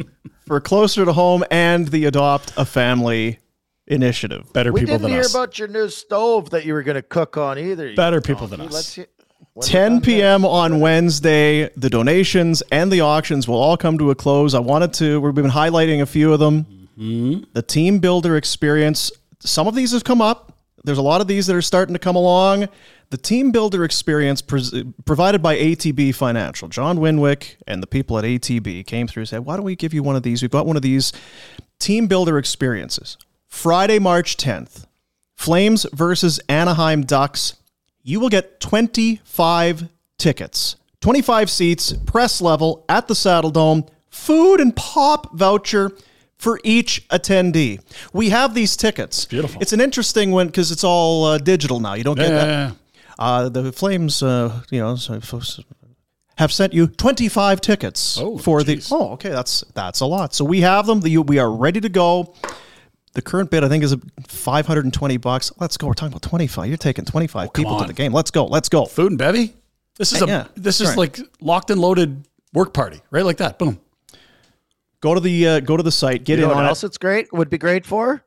for Closer to Home and the Adopt a Family initiative. Better
we didn't hear about your new stove that you were going to cook on either. you
Better people than
donkey.
us.
Let's hear- when we're
10
done this-
p.m. on Wednesday. The donations and the auctions will all come to a close. I wanted to, we've been highlighting a few of them. The team builder experience, some of these have come up. There's a lot of these that are starting to come along. The team builder experience pres provided by ATB Financial. John Winwick and the people at ATB came through and said, Why don't we give you one of these? We've got one of these team builder experiences. Friday, March 10th, Flames versus Anaheim Ducks. You will get 25 tickets, 25 seats, press level at the Saddle Dome, food and pop voucher for each attendee. We have these tickets. Beautiful. It's an interesting one because it's all uh, digital now. You don't get
Yeah,
that.
yeah, yeah.
Uh, the Flames, uh, you know, so- so- have sent you 25 tickets for the. Oh, okay, that's that's a lot. So we have them. The, we are ready to go. The current bid, I think, is 520 bucks. Let's go. We're talking about 25. You're taking 25 people to
on.
the game. Let's go. Let's go.
Food and bevy. This is a
Yeah,
this is
right.
like locked and loaded work party, right? Like that. Boom.
Go to the uh, go to the site. Get
you
in
know what
on
else
it.
it's great would be great for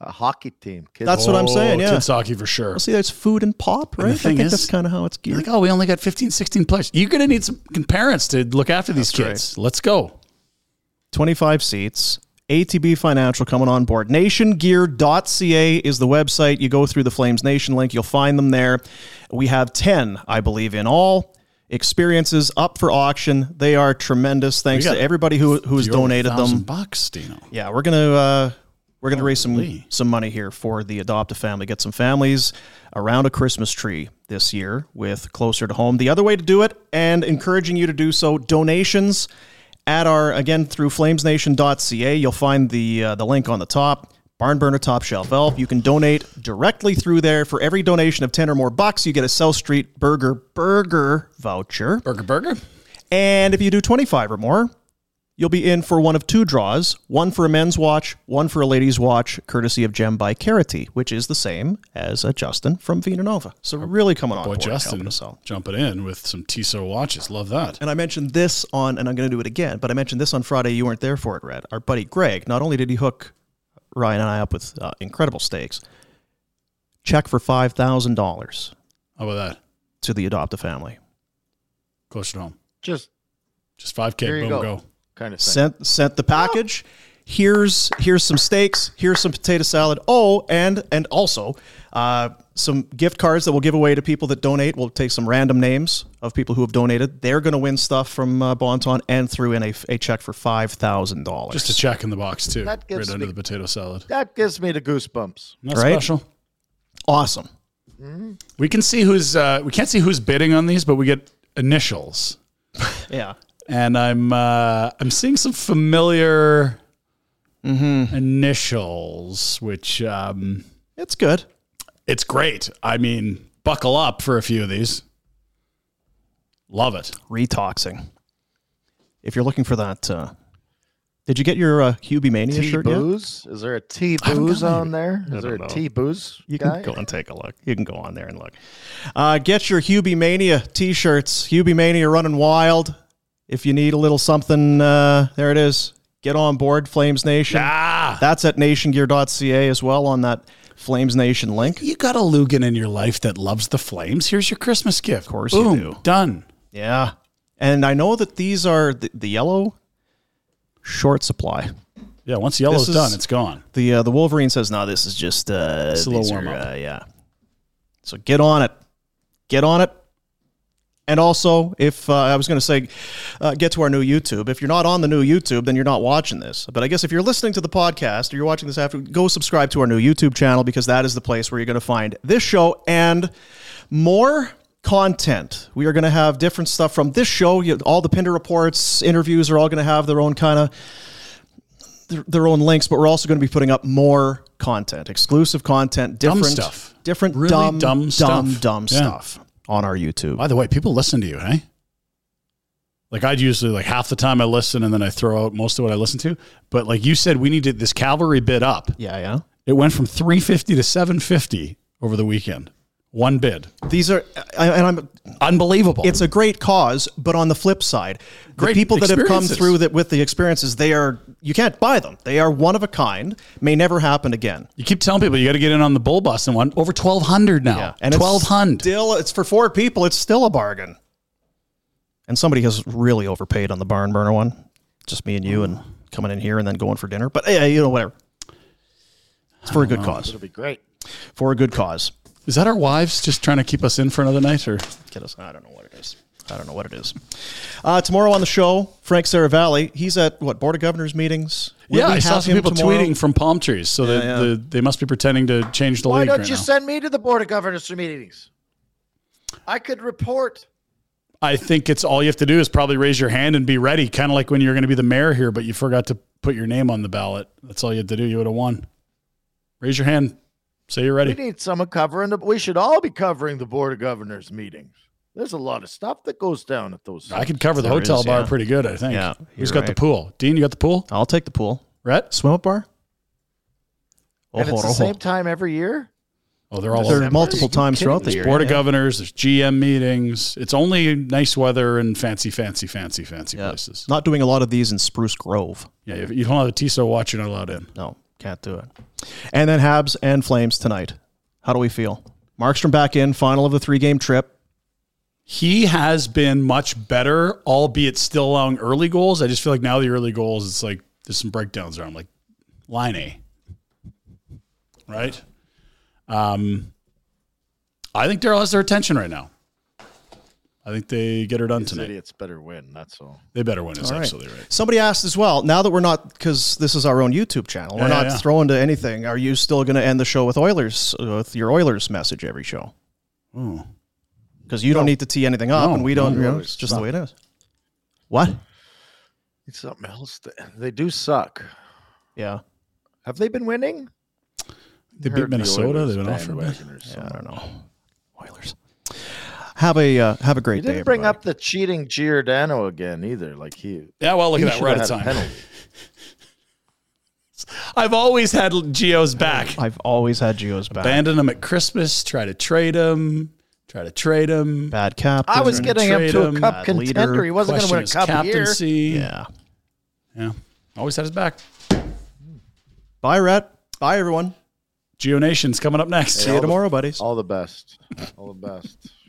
a hockey team. Kids
That's what I'm saying.
Oh,
Yeah.
kids hockey for sure.
Well, see, there's food and pop,
And
right?
the thing
I think
is-
that's kind of how it's
You're
geared.
like, oh, we only got 15, 16 players. You're gonna need some parents to look after these
That's right.
kids. Let's go.
25 seats. ATB Financial coming on board. Nationgear.ca is the website. You go through the Flames Nation link, you'll find them there. We have 10, I believe, in all experiences up for auction. They are tremendous. Thanks
We got
to everybody who who's
Fewer than
donated
1,000
them.
Bucks, Dino.
Yeah, we're gonna uh, we're gonna raise some
Holy.
some money here for the adopt a family. Get some families around a Christmas tree this year with closer to home. The other way to do it, and encouraging you to do so, donations at our again through FlamesNation.ca. You'll find the uh, the link on the top. Barnburner Top Shelf Elf. You can donate directly through there. For every donation of 10 or more bucks, you get a South Street Burger Burger voucher.
Burger burger.
And if you do 25 or more, you'll be in for one of two draws one for a men's watch, one for a ladies' watch, courtesy of Gem by Carity, which is the same as a Justin from Vina Nova. So, really coming on
Oh, Boy,
board, helping
Justin
us out.
jumping in with some Tissot watches. Love that.
And I mentioned this on, and I'm going to do it again, but I mentioned this on Friday. You weren't there for it, Red. Our buddy Greg, not only did he hook Ryan and I up with uh, incredible stakes, check for $5,000
How about that?
to the adopt a family.
Closer to home.
just
Just 5K.
There you
boom,
go.
go.
kind of thing.
sent sent the package. Here's here's some steaks. Here's some potato salad. Oh, and and also uh, some gift cards that we'll give away to people that donate. We'll take some random names of people who have donated. They're going to win stuff from uh, Bonton and threw in a, a check for five thousand dollars.
Just a check in the box, too.
That
Right
gives
under
me-
the potato salad.
That gives me the goosebumps.
Not
Right?
special.
awesome.
We can see who's uh, we can't see who's bidding on these, but we get initials.
Yeah,
And I'm uh, I'm seeing some familiar
Mm-hmm.
initials, which um,
it's good.
it's great. I mean, buckle up for a few of these. Love it.
Retoxing. If you're looking for that, uh, did you get your uh, Hubie Mania
T
shirt yet?
booze? Is there a T
haven't
booze
got my-
on there? Is there a
don't know.
T booze
You
guy?
can go and take a look. You can go on there and look. Uh, get your Hubie Mania t-shirts. Hubie Mania running wild. If you need a little something, uh, there it is. Get on board, Flames Nation.
Ah,
That's at nationgear.ca as well on that Flames Nation link.
you got a Lugan in your life that loves the flames. Here's your Christmas gift. Of
course you
Boom,
do.
Done.
Yeah. And I know that these are the, the yellow short supply.
Yeah. Once yellow's
This is-
done, it's gone.
The uh, the Wolverine says, "No, this is just uh,
It's a little
these
warm up.
uh, yeah. So get on it, get on it, and also if uh, I was going to say, uh, get to our new YouTube. If you're not on the new YouTube, then you're not watching this. But I guess if you're listening to the podcast or you're watching this after, go subscribe to our new YouTube channel because that is the place where you're going to find this show and more content. We are going to have different stuff from this show. You, all the Pinder reports, interviews are all going to have their own kind of their, their own links, but we're also going to be putting up more content, exclusive content,
Dumb
different
stuff.
different
Really
dumb,
dumb
dumb,
stuff.
dumb
Yeah.
stuff on our YouTube.
By the way, people listen to you, hey? Like I'd usually like half the time I listen and then I throw out most of what I listen to. But like you said, we needed this cavalry bid up.
Yeah, yeah.
It went from 350 to 750 over the weekend. One bid.
These are I- and I'm
unbelievable.
It's a great cause, but on the flip side,
Great
the people that have come
experiences.
through that with the experiences, they are you can't buy them. They are one of a kind. May never happen again.
You keep telling people you got to get in on the bull bus and one over twelve hundred now.
And
twelve hundred.
it's still it's for four people. It's still a bargain. And somebody has really overpaid on the barn burner one. Just me and you, and coming in here and then going for dinner. But yeah, you know whatever. It's for a good cause.
It'll be great.
For a good cause.
Is that our wives just trying to keep us in for another night, or
get us? I don't know what it is. I don't know what it is. Uh, tomorrow on the show, Frank Saravalli. He's at what board of governors meetings. Will
yeah,
we
I saw
have
some
him
people
tomorrow?
tweeting from palm trees, so
Yeah,
they,
yeah.
The, they must be pretending to change the
Why
league
don't
right
you
now.
send me to the Board of Governors meetings? I could report.
I think it's all you have to do is probably raise your hand and be ready, kind of like when you're going to be the mayor here, but you forgot to put your name on the ballot. That's all you had to do. You would have won. Raise your hand. Say you're
We
ready.
need someone covering the. We should all be covering the Board of Governors meetings. There's a lot of stuff that goes down at those.
I could cover the
There
hotel
is,
bar
yeah.
pretty good, I think.
Yeah,
Who's
you're
got the
right.
pool? Dean, you got the pool?
I'll take the pool.
Rhett?
Swim up bar? Oh,
and
hold
it's the
on,
same
hold
time every year.
Oh, they're all
There are
over.
multiple Are you times kidding throughout the
There's
year,
Board of
yeah.
Governors, there's GM meetings. It's only nice weather and fancy, fancy, fancy, fancy places.
Not doing a lot of these in Spruce Grove.
Yeah, if you don't have a TISO watch, you're not allowed in.
No, can't do it. And then Habs and Flames tonight. How do we feel? Markstrom back in, final of the three game trip.
He has been much better, albeit still allowing early goals. I just feel like now the early goals, it's like there's some breakdowns there. I'm like, line A. Right? Um, I think Daryl has their attention right now. I think they get her done
These
tonight.
idiots better win. That's all.
They better win. Is
All right.
absolutely right.
Somebody asked as well, now that we're not, because this is our own YouTube channel, we're
Yeah,
not
yeah, yeah.
throwing to anything. Are you still going to end the show with Oilers, uh, with your Oilers message every show?
Ooh.
Because you don't need to tee anything up,
No,
and we
no,
don't. you know,
Oilers
it's just
suck.
the way it is. What?
It's something else. They- They do suck.
Yeah.
Have they been winning?
They beat
Heard the
Minnesota.
Oilers
They've been off for a bit.
bandwagoners.
Yeah, I don't know. Oilers. Have a uh, have a
You
great day.
didn't bring
everybody.
up the cheating Giordano again either. Like he.
Yeah, well, look
he
at that. We're
should
out
have
of
had a
time.
penalty.
I've always had Geo's back.
I've always had Geo's back.
Abandon him at Christmas. Try to trade him. Try to trade him.
Bad captain.
I was
Gonna
getting him
trade
to a
him,
cup
bad
contender.
leader,
He wasn't going to
Question
win a
his
cup here.
captaincy.
Yeah.
Yeah. Always had his back.
Bye, Rhett. Bye, everyone.
Geo Nation's coming up next.
See you tomorrow, buddies.
All the best. All the best.